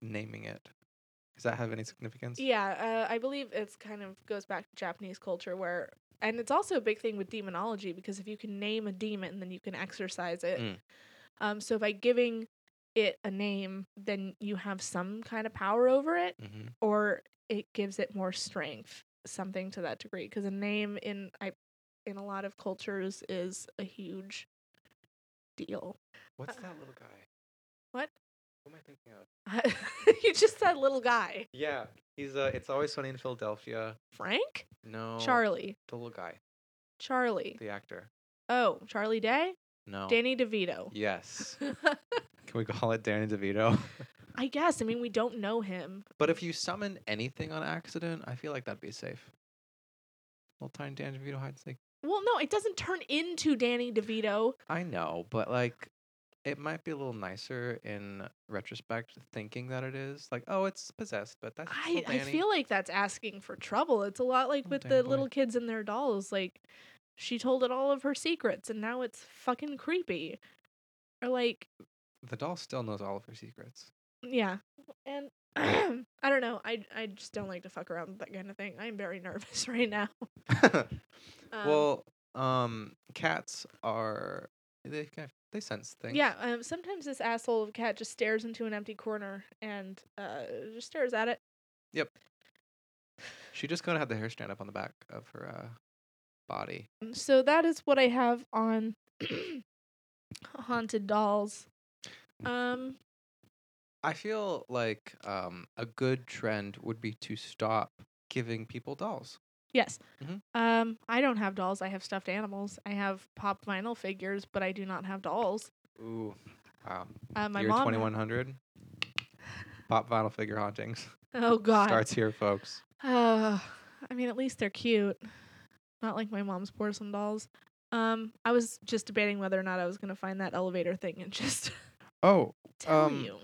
Speaker 2: naming it? Does that have any significance?
Speaker 1: Yeah, uh, I believe it's kind of goes back to Japanese culture where, and it's also a big thing with demonology because if you can name a demon, then you can exorcise it.
Speaker 2: Mm.
Speaker 1: Um, so by giving it a name, then you have some kind of power over it,
Speaker 2: Mm-hmm.
Speaker 1: or it gives it more strength, something to that degree. Because a name in I, in a lot of cultures is a huge deal. Uh,
Speaker 2: What's that little guy?
Speaker 1: What? (laughs)
Speaker 2: Who am I thinking of?
Speaker 1: you just said little guy,
Speaker 2: Yeah, he's uh, it's always funny in Philadelphia.
Speaker 1: Frank,
Speaker 2: No,
Speaker 1: Charlie,
Speaker 2: the little guy,
Speaker 1: Charlie.
Speaker 2: Oh. the actor.
Speaker 1: Oh, Charlie Day.
Speaker 2: No,
Speaker 1: Danny DeVito.
Speaker 2: Yes, (laughs) can we call it Danny DeVito? (laughs)
Speaker 1: I guess. I mean, we don't know him.
Speaker 2: but if you summon anything on accident, I feel like that'd be safe. Little tiny Danny DeVito hide and seek.
Speaker 1: Well, no, it doesn't turn into Danny DeVito.
Speaker 2: I know, but like, it might be a little nicer in retrospect, thinking that it is like, oh, it's possessed, but that's just
Speaker 1: I,
Speaker 2: little
Speaker 1: I
Speaker 2: Danny.
Speaker 1: feel like that's asking for trouble. It's a lot like
Speaker 2: Oh,
Speaker 1: with
Speaker 2: Danny
Speaker 1: the
Speaker 2: boy.
Speaker 1: little kids and their dolls. Like, she told it all of her secrets, and now it's fucking creepy. Or, like,
Speaker 2: the doll still knows all of her secrets. (laughs)
Speaker 1: yeah. And (clears throat) I don't know. I, I just don't like to fuck around with that kind of thing. I'm very (laughs) nervous right now. Um,
Speaker 2: well, um, cats are they kind of, they sense things.
Speaker 1: Yeah, um, sometimes this asshole of a cat just stares into an empty corner and uh, just stares at it.
Speaker 2: She just kind of had the hair stand up on the back of her uh, body.
Speaker 1: Um, So that is what I have on (clears throat) haunted dolls. Um,
Speaker 2: I feel like um, a good trend would be to stop giving people dolls.
Speaker 1: yes.
Speaker 2: Mhm.
Speaker 1: Um, I don't have dolls. I have stuffed animals. I have pop vinyl figures, but I do not have dolls.
Speaker 2: Ooh, wow!
Speaker 1: Uh, my
Speaker 2: Um, Year
Speaker 1: mom.
Speaker 2: twenty one hundred. Pop vinyl figure hauntings
Speaker 1: (laughs)
Speaker 2: (laughs)
Speaker 1: Oh God.
Speaker 2: starts here, folks.
Speaker 1: Uh, I mean, at least they're cute. Not like my mom's porcelain dolls. Um, I was just debating whether or not I was gonna find that elevator thing and (laughs) just
Speaker 2: Oh
Speaker 1: tell
Speaker 2: Um,
Speaker 1: you.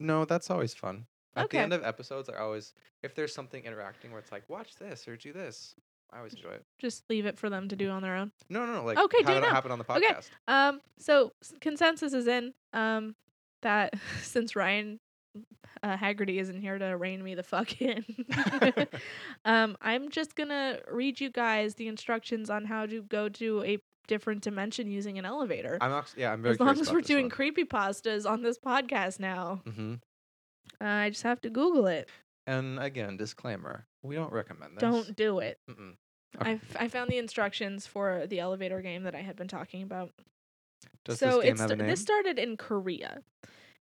Speaker 2: no, that's always fun. At the
Speaker 1: Okay.
Speaker 2: end of episodes, I always, if there's something interacting where it's like, watch this or do this, I always enjoy it.
Speaker 1: Just leave it for them to do on their own.
Speaker 2: No, no, no. Like,
Speaker 1: Okay,
Speaker 2: how
Speaker 1: do it
Speaker 2: did it
Speaker 1: now.
Speaker 2: happen on the podcast?
Speaker 1: Okay. Um, so s- consensus is in um, that (laughs) since Ryan uh, Haggerty isn't here to rein me the fuck
Speaker 2: (laughs)
Speaker 1: in, (laughs) um, I'm just gonna read you guys the instructions on how to go to a different dimension using an elevator.
Speaker 2: I'm actually, yeah, I'm very
Speaker 1: as long
Speaker 2: curious
Speaker 1: as
Speaker 2: about
Speaker 1: we're
Speaker 2: this
Speaker 1: doing
Speaker 2: one.
Speaker 1: creepy pastas on this podcast now,
Speaker 2: Mhm.
Speaker 1: uh, I just have to Google it.
Speaker 2: And again, disclaimer: we don't recommend this.
Speaker 1: Don't do it.
Speaker 2: Mm-mm. Okay.
Speaker 1: I f- I found the instructions for the elevator game that I had been talking about.
Speaker 2: Does
Speaker 1: so
Speaker 2: this game
Speaker 1: it's
Speaker 2: have a name?
Speaker 1: this started in Korea,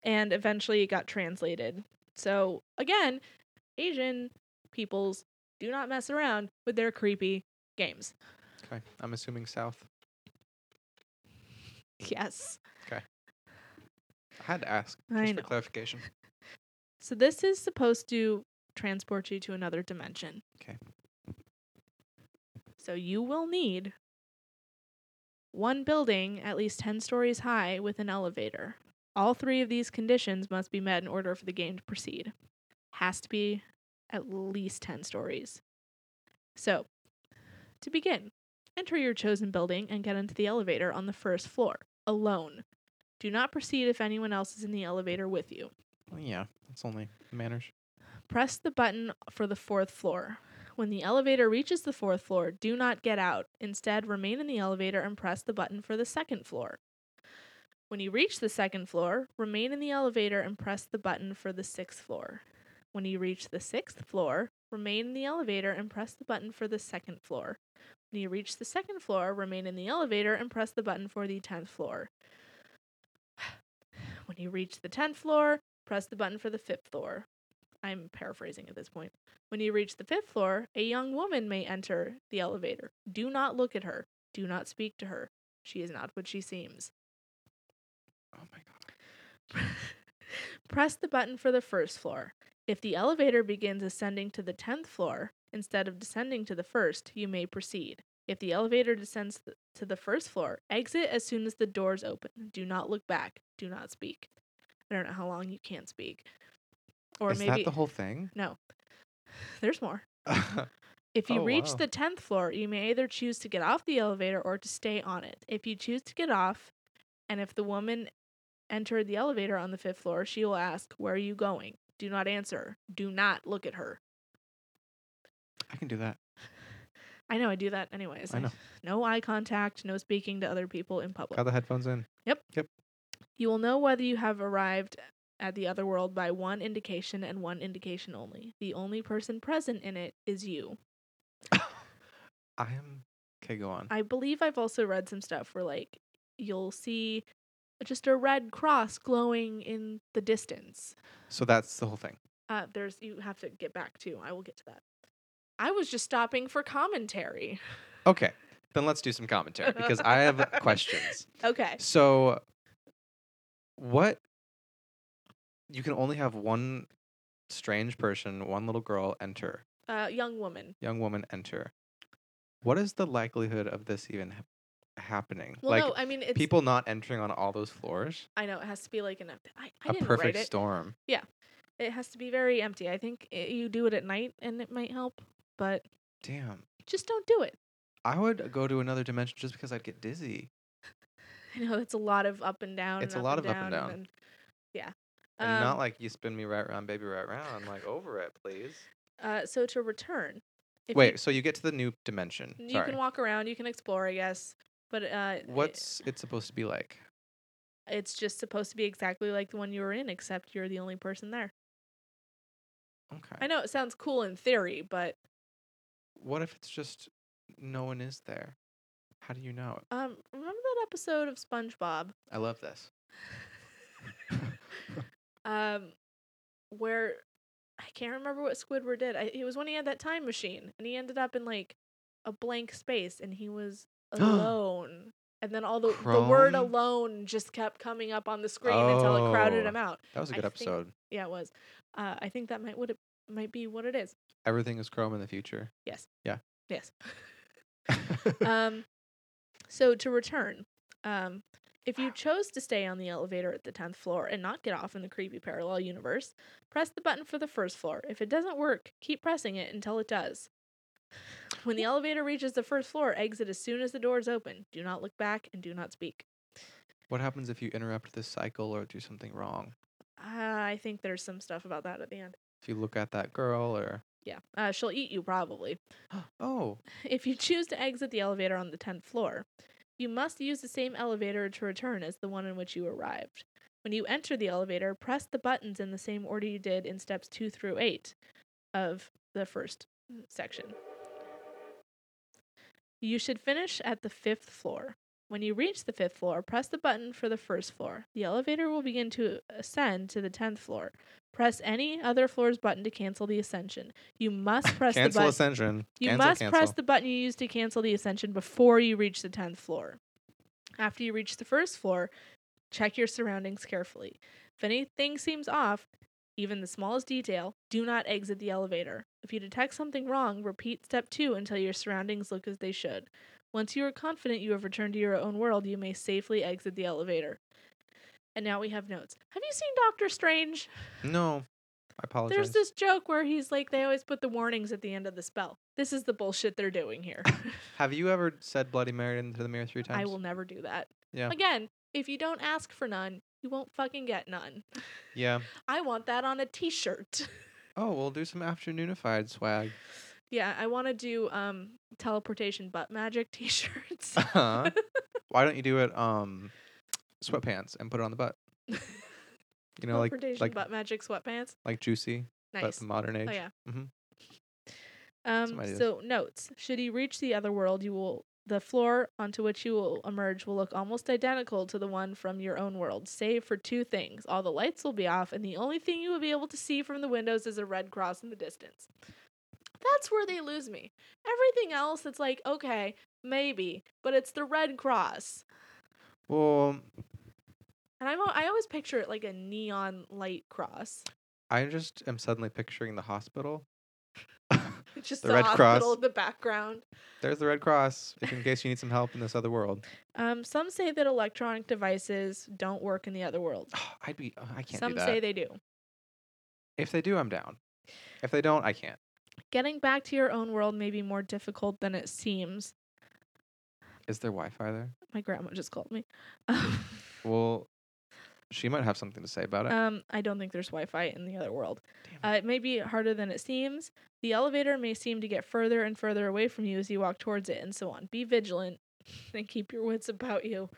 Speaker 1: and eventually it got translated. So again, Asian peoples do not mess around with their creepy games. (laughs)
Speaker 2: okay, I'm assuming South.
Speaker 1: Yes.
Speaker 2: I had to ask
Speaker 1: I
Speaker 2: just for
Speaker 1: know.
Speaker 2: clarification.
Speaker 1: So this is supposed to transport you to another dimension.
Speaker 2: Okay.
Speaker 1: So you will need one building at least 10 stories high with an elevator. All three of these conditions must be met in order for the game to proceed. Has to be at least 10 stories. So, to begin, enter your chosen building and get into the elevator on the first floor, alone. Do not proceed if anyone else is in the elevator with you.
Speaker 2: Well, yeah, it's only manners.
Speaker 1: Press the button for the fourth floor. When the elevator reaches the fourth floor, do not get out. Instead, remain in the elevator and press the button for the second floor. When you reach the second floor, remain in the elevator and press the button for the sixth floor. When you reach the sixth floor, remain in the elevator and press the button for the second floor. When you reach the second floor, remain in the elevator and press the button for the tenth floor. (sighs) When you reach the tenth floor, press the button for the fifth floor. I'm paraphrasing at this point. When you reach the fifth floor, a young woman may enter the elevator. Do not look at her. Do not speak to her. She is not what she seems.
Speaker 2: Oh my god.
Speaker 1: Press the button for the first floor. If the elevator begins ascending to the 10th floor instead of descending to the first, you may proceed. If the elevator descends th- to the first floor, exit as soon as the doors open. Do not look back. Do not speak. I don't know how long you can't speak. Or
Speaker 2: Is
Speaker 1: maybe
Speaker 2: that the whole thing? (laughs)
Speaker 1: there's more.
Speaker 2: oh
Speaker 1: If you
Speaker 2: Oh,
Speaker 1: reach
Speaker 2: wow.
Speaker 1: the 10th floor, you may either choose to get off the elevator or to stay on it. If you choose to get off, and if the woman entered the elevator on the 5th floor, she will ask, Where are you going? Do not answer. Do not look at her.
Speaker 2: I can do that.
Speaker 1: I know I do that anyways.
Speaker 2: I know.
Speaker 1: No eye contact, no speaking to other people in public.
Speaker 2: Got the headphones in.
Speaker 1: You will know whether you have arrived at the other world by one indication and one indication only. The only person present in it is you.
Speaker 2: I am. Okay, go on.
Speaker 1: I believe I've also read some stuff where like you'll see just a red cross glowing in the distance.
Speaker 2: so that's the whole thing.
Speaker 1: Uh, there's you have to get back to. I will get to that. I was just stopping for commentary.
Speaker 2: Okay, then let's do some commentary because I
Speaker 1: (laughs)
Speaker 2: have questions.
Speaker 1: Okay.
Speaker 2: So, what? You can only have one strange person, one little girl enter,
Speaker 1: (laughs) Uh, young woman.
Speaker 2: young woman enter. What is the likelihood of this even hap- happening?
Speaker 1: Well,
Speaker 2: like
Speaker 1: no, I mean it's.
Speaker 2: people not entering on all those floors?
Speaker 1: I know it has to be like an. empty- I, I
Speaker 2: A
Speaker 1: didn't
Speaker 2: perfect
Speaker 1: write it.
Speaker 2: storm.
Speaker 1: It has to be very empty. I think i you do it at night and it might help, but
Speaker 2: Damn.
Speaker 1: just don't do it. (laughs)
Speaker 2: I would go to another dimension just because I'd get dizzy.
Speaker 1: I know it's a lot of up and down.
Speaker 2: It's
Speaker 1: and
Speaker 2: a lot
Speaker 1: and
Speaker 2: of up and
Speaker 1: down.
Speaker 2: down.
Speaker 1: then- yeah.
Speaker 2: And not
Speaker 1: Um,
Speaker 2: like you spin me right round, baby, right round. I'm like over it, please.
Speaker 1: Uh, so to return, if
Speaker 2: Wait, so you get to the new dimension.
Speaker 1: you, you
Speaker 2: Sorry.
Speaker 1: can walk around, you can explore, I guess. But uh, it-
Speaker 2: What's it supposed to be like?
Speaker 1: it's just supposed to be exactly like the one you were in, except you're the only person there.
Speaker 2: Okay.
Speaker 1: I know it sounds cool in theory, but
Speaker 2: What if it's just no one is there? How do you know?
Speaker 1: um, remember that episode of SpongeBob
Speaker 2: I love this.
Speaker 1: um, where I can't remember what Squidward did. I, it was when he had that time machine, and he ended up in like a blank space, and he
Speaker 2: (gasps)
Speaker 1: was alone. And then all the, the word
Speaker 2: Chrome?
Speaker 1: alone just kept coming up on the screen until it crowded
Speaker 2: Oh.
Speaker 1: him out.
Speaker 2: That was a
Speaker 1: I
Speaker 2: good
Speaker 1: think-
Speaker 2: episode.
Speaker 1: Yeah, it was. Uh, I think that might what it might be what it is.
Speaker 2: Everything is Chrome in the future.
Speaker 1: Uh Yes. um, so to return, um, If you chose to stay on the elevator at the 10th floor and not get off in the creepy parallel universe, press the button for the first floor. If it doesn't work, keep pressing it until it does. When the elevator reaches the first floor, exit as soon as the doors open. Do not look back and do not speak.
Speaker 2: (laughs) What happens if you interrupt this cycle or do something wrong?
Speaker 1: I think there's some stuff about that at the end.
Speaker 2: If you look at that girl or (gasps)
Speaker 1: Yeah. Uh, she'll eat you probably.
Speaker 2: oh,
Speaker 1: If you choose to exit the elevator on the 10th floor, you must use the same elevator to return as the one in which you arrived. When you enter the elevator, press the buttons in the same order you did in steps 2 through 8 of the first mm, section. You should finish at the 5th floor. When you reach the 5th floor, press the button for the first floor. The elevator will begin to ascend to the 10th floor. Press any other floor's button to cancel the ascension. You must press the
Speaker 2: cancel
Speaker 1: button.
Speaker 2: ascension.
Speaker 1: You
Speaker 2: cancel,
Speaker 1: must
Speaker 2: cancel.
Speaker 1: press the button you use to cancel the ascension before you reach the 10th floor. After you reach the first floor, check your surroundings carefully. If anything seems off, even the smallest detail, do not exit the elevator. If you detect something wrong, repeat step two until your surroundings look as they should. Once you are confident you have returned to your own world, you may safely exit the elevator. And now we have notes. Have you seen Doctor Strange?
Speaker 2: No, I apologize.
Speaker 1: There's this joke where he's like, they always put the warnings at the end of the spell. This is the bullshit they're doing
Speaker 2: (laughs)
Speaker 1: here. (laughs)
Speaker 2: Have you ever said Bloody Mary into the mirror three times?
Speaker 1: I will never do that.
Speaker 2: Yeah.
Speaker 1: Again, if you don't ask for none, you won't fucking get none.
Speaker 2: Yeah.
Speaker 1: I want that on a t shirt.
Speaker 2: Oh, we'll do some afternoonified swag.
Speaker 1: (laughs) yeah, I want to do um, teleportation butt magic (laughs) t shirts.
Speaker 2: (laughs) Uh-huh. Why don't you do it um sweatpants and put it on the butt?
Speaker 1: (laughs)
Speaker 2: You know, like
Speaker 1: teleportation
Speaker 2: like
Speaker 1: butt magic sweatpants.
Speaker 2: like juicy, but
Speaker 1: Nice.
Speaker 2: the modern age.
Speaker 1: Oh, yeah.
Speaker 2: Mhm.
Speaker 1: Um,
Speaker 2: Some ideas.
Speaker 1: so notes: Should you reach the other world, you will the floor onto which you will emerge will look almost identical to the one from your own world, save for two things: all the lights will be off, and the only thing you will be able to see from the windows is a red cross in the distance. That's where they lose me. Everything else, it's like okay, maybe, but it's the red cross,
Speaker 2: Well,
Speaker 1: and I'm al- I always picture it like a neon light cross.
Speaker 2: I just am suddenly picturing the hospital. (laughs)
Speaker 1: It's just
Speaker 2: The
Speaker 1: the,
Speaker 2: red
Speaker 1: hospital
Speaker 2: cross.
Speaker 1: in the background.
Speaker 2: There's the Red Cross, if in case you need some help in this other world. (sighs)
Speaker 1: Um, some say that electronic devices don't work in the other world.
Speaker 2: I'd be. uh, I can't
Speaker 1: Some
Speaker 2: do that.
Speaker 1: say they do.
Speaker 2: if they do, I'm down. If they don't, I can't.
Speaker 1: Getting back to your own world may be more difficult than it seems.
Speaker 2: Is there Wi-Fi there?
Speaker 1: My grandma just called me. (laughs) Um,
Speaker 2: Well, she might have something to say about it.
Speaker 1: um, I don't think there's Wi Fi in the other world.
Speaker 2: Damn
Speaker 1: Uh, it may be harder than it seems. The elevator may seem to get further and further away from you as you walk towards it, and so on. Be vigilant (laughs) and keep your wits about you.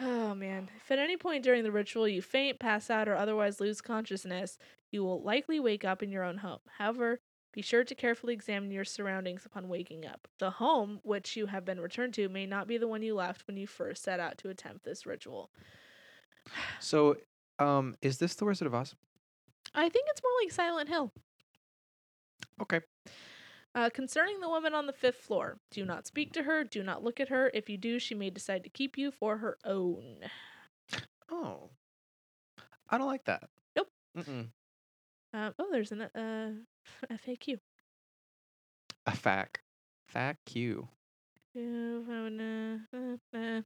Speaker 1: Oh man. If at any point during the ritual you faint, pass out, or otherwise lose consciousness, you will likely wake up in your own home. However, be sure to carefully examine your surroundings upon waking up. The home which you have been returned to may not be the one you left when you first set out to attempt this ritual.
Speaker 2: So, um, is this the Wizard of Oz?
Speaker 1: I think it's more like Silent Hill.
Speaker 2: Okay.
Speaker 1: Uh, concerning the woman on the fifth floor, do not speak to her, do not look at her. If you do, she may decide to keep you for her own.
Speaker 2: Oh, I don't like that.
Speaker 1: Nope.
Speaker 2: Mm-mm.
Speaker 1: Um, oh, there's an uh, (laughs) FAQ.
Speaker 2: A fact. Fact you.
Speaker 1: uh, Do
Speaker 2: No good
Speaker 1: it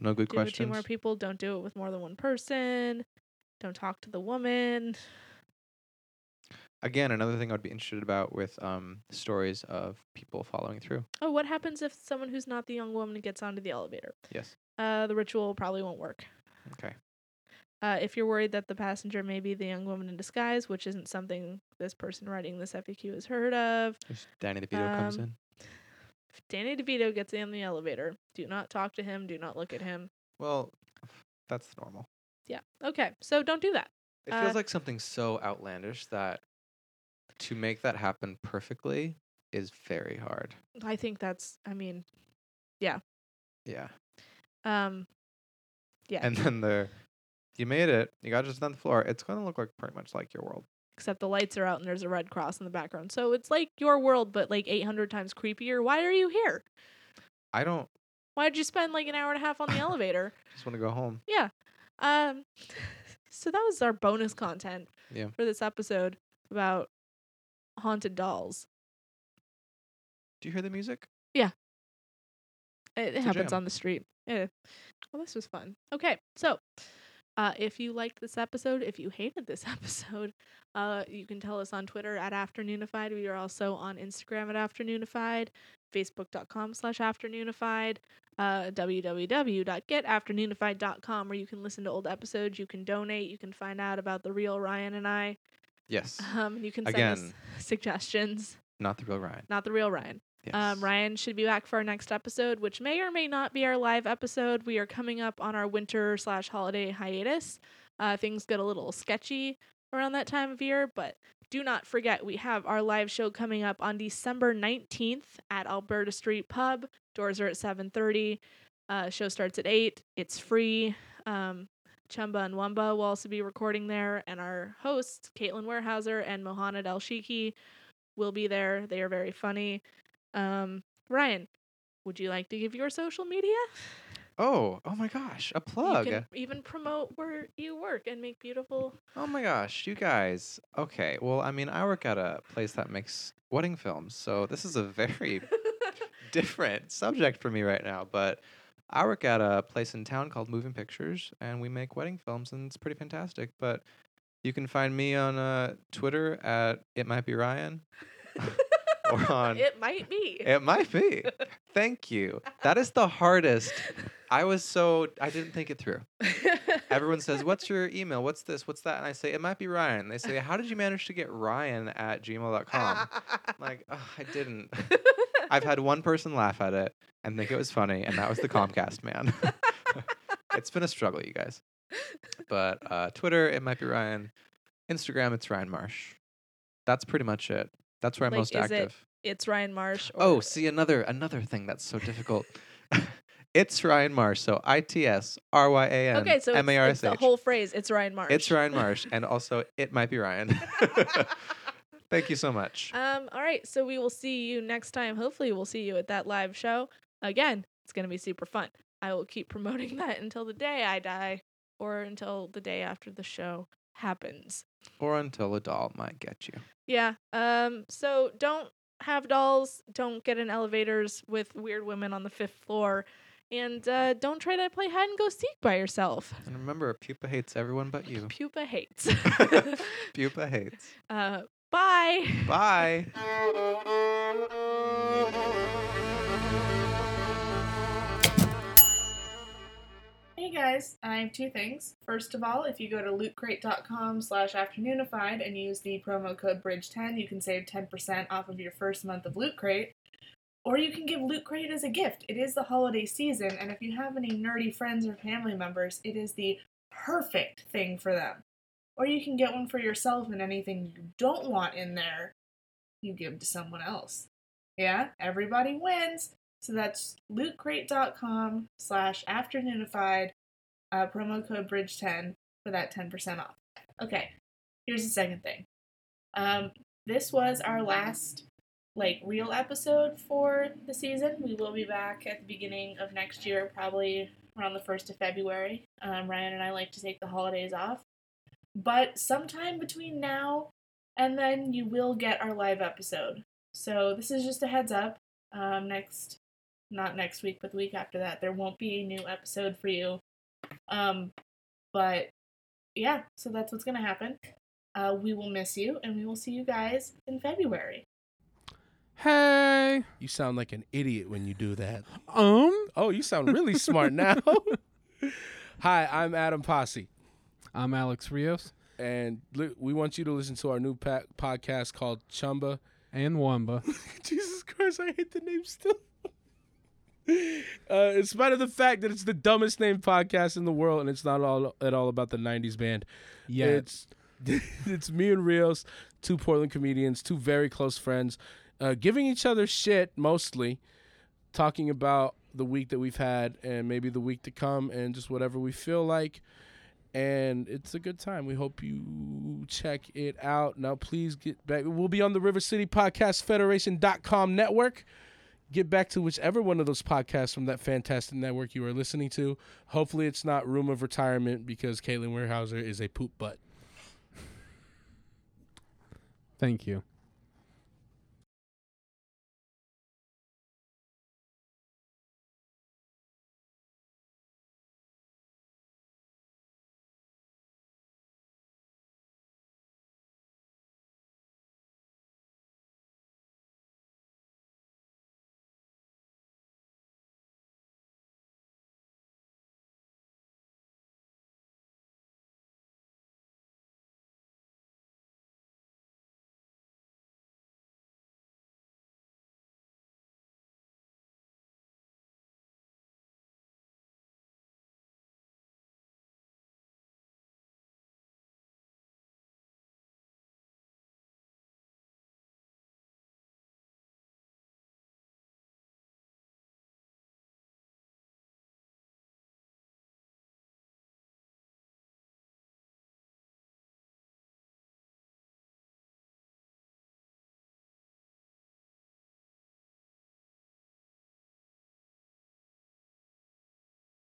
Speaker 1: with two
Speaker 2: questions.
Speaker 1: more people. Don't do it with more than one person. Don't talk to the woman.
Speaker 2: Again, another thing I'd be interested about with um stories of people following through.
Speaker 1: Oh, what happens if someone who's not the young woman gets onto the elevator?
Speaker 2: Yes.
Speaker 1: Uh, the ritual probably won't work.
Speaker 2: Okay.
Speaker 1: Uh, if you're worried that the passenger may be the young woman in disguise, which isn't something this person writing this FAQ has heard of,
Speaker 2: There's Danny DeVito comes
Speaker 1: Um,
Speaker 2: in.
Speaker 1: if Danny DeVito gets in the elevator, do not talk to him, do not look at him.
Speaker 2: Well, that's normal.
Speaker 1: Yeah. Okay. So don't do that.
Speaker 2: It feels
Speaker 1: uh,
Speaker 2: like something so outlandish that to make that happen perfectly is very hard.
Speaker 1: I think that's, I mean,
Speaker 2: Yeah.
Speaker 1: um, yeah.
Speaker 2: And then the you made it. You got just on the floor. It's going to look like pretty much like your world.
Speaker 1: except the lights are out and there's a red cross in the background. So it's like your world, but like 800 times creepier. Why are you here?
Speaker 2: I don't
Speaker 1: Why did you spend like an hour and a half on
Speaker 2: (laughs)
Speaker 1: the elevator?
Speaker 2: just want to go home.
Speaker 1: Um, so that was our bonus content
Speaker 2: Yeah.
Speaker 1: for this episode about haunted dolls.
Speaker 2: Do you hear the music?
Speaker 1: It, it
Speaker 2: a
Speaker 1: happens
Speaker 2: jam.
Speaker 1: on the street. Yeah. Well, this was fun. Okay, so uh, if you liked this episode, if you hated this (laughs) episode, uh, you can tell us on Twitter at Afternoonified. We are also on Instagram at Afternoonified, Facebook.com slash Afternoonified, uh, www.getafternoonified.com, where you can listen to old episodes, you can donate, you can find out about the real Ryan and I. (laughs)
Speaker 2: Yes.
Speaker 1: Um, you can send
Speaker 2: Again.
Speaker 1: us suggestions.
Speaker 2: Not the real Ryan.
Speaker 1: Not the real Ryan.
Speaker 2: Yes.
Speaker 1: Um, Ryan should be back for our next episode, which may or may not be our live episode. We are coming up on our winter slash holiday hiatus. Uh, things get a little sketchy around that time of year, but do not forget we have our live show coming up on December 19th at Alberta Street Pub. Doors are at 7:30. Uh, show starts at 8. It's free. Um, Chumba and Wumba will also be recording there, and our hosts Caitlin Warehouser and Mohana El Shiki will be there. They are very funny. Um, Ryan, would you like to give your social media?
Speaker 2: Oh, oh my gosh, a plug.
Speaker 1: You can even promote where you work and make beautiful.
Speaker 2: Oh my gosh, you guys. Okay, well, I mean, I work at a place that makes wedding films, so this is a very different subject for me right now, but I work at a place in town called Moving Pictures, and we make wedding films, and it's pretty fantastic. But you can find me on uh, Twitter at It Might Be Ryan.
Speaker 1: (laughs)
Speaker 2: Or on-
Speaker 1: It might be. (laughs)
Speaker 2: It might be. Thank you. That is the hardest. I was so, I didn't think it through. Everyone says, What's your email? What's this? What's that? And I say, It might be Ryan. They say, How did you manage to get Ryan at gmail.com?
Speaker 1: (laughs)
Speaker 2: I'm like, "Ugh, I didn't. I've had one person laugh at it and think it was funny, and that was the Comcast man. (laughs) it's been a struggle, you guys. But uh, Twitter, it might be Ryan. Instagram, it's Ryan Marsh. That's pretty much it. That's where I'm
Speaker 1: Like,
Speaker 2: most
Speaker 1: is it
Speaker 2: active.
Speaker 1: (laughs) it's Ryan Marsh. Or
Speaker 2: Oh, see another another thing that's so difficult. (laughs) it's Ryan Marsh. So I T S R Y A N
Speaker 1: Okay, so it's-
Speaker 2: M A R
Speaker 1: it's
Speaker 2: S
Speaker 1: the
Speaker 2: H.
Speaker 1: whole phrase. It's Ryan Marsh.
Speaker 2: It's Ryan Marsh, and also it might be (laughs) Ryan. Thank you so much.
Speaker 1: (laughs) Um, all right, so we will see you next time. Hopefully, we'll see you at that live show. Again, it's going to be super fun. I will keep (laughs) promoting that until the day I die or until the day after the show happens.
Speaker 2: Or until a doll might get you.
Speaker 1: Yeah. Um, so don't have dolls, don't get in elevators with weird women on the fifth floor, and uh, don't try to play hide and go seek by yourself.
Speaker 2: And remember, Pupa hates everyone but you.
Speaker 1: Pupa hates. (laughs)
Speaker 2: Pupa hates.
Speaker 1: uh, bye.
Speaker 2: Bye.
Speaker 1: Hey guys, I have two things. First of all, if you go to lootcrate.com slash afternoonified and use the promo code BRIDGE10, you can save 10% off of your first month of Loot Crate. Or you can give Loot Crate as a gift. It is the holiday season, and if you have any nerdy friends or family members, it is the perfect thing for them. Or you can get one for yourself and anything you don't want in there, you give to someone else. Yeah, everybody wins. So that's lootcrate.com slash afternoonified, uh, promo code bridge10 for that 10% off. Okay, here's the second thing. Um, this was our last, like, real episode for the season. We will be back at the beginning of next year, probably around the 1st of February. Um, Ryan and I like to take the holidays off. But sometime between now and then, you will get our live episode. So this is just a heads up. Um, next not next week, but the week after that, there won't be a new episode for you. Um, but yeah, so that's what's gonna happen. Uh, we will miss you, and we will see you guys in February.
Speaker 3: Hey.
Speaker 4: You sound like an idiot when you do that.
Speaker 3: Um.
Speaker 4: Oh, you sound really smart now. (laughs) Hi, I'm Adam Posse,
Speaker 3: I'm Alex Rios
Speaker 4: and li- we want you to listen to our new pa- podcast called Chumba. (laughs)
Speaker 3: and Wamba.
Speaker 4: Jesus Christ, I hate the name still. Uh, in spite of the fact that it's the dumbest named podcast in the world, and it's not all at all about the '90s band,
Speaker 3: Yeah.
Speaker 4: It's (laughs) it's me and Rios, two Portland comedians, two very close friends, uh, giving each other shit mostly, talking about the week that we've had and maybe the week to come and just whatever we feel like. And it's a good time. We hope you check it out. Now, please get back. We'll be on the River City Podcast Federation.com network. Get back to whichever one of those podcasts from that fantastic network you are listening to. Hopefully, it's not Room of Retirement because Caitlin Warehouser is a poop butt.
Speaker 3: Thank you.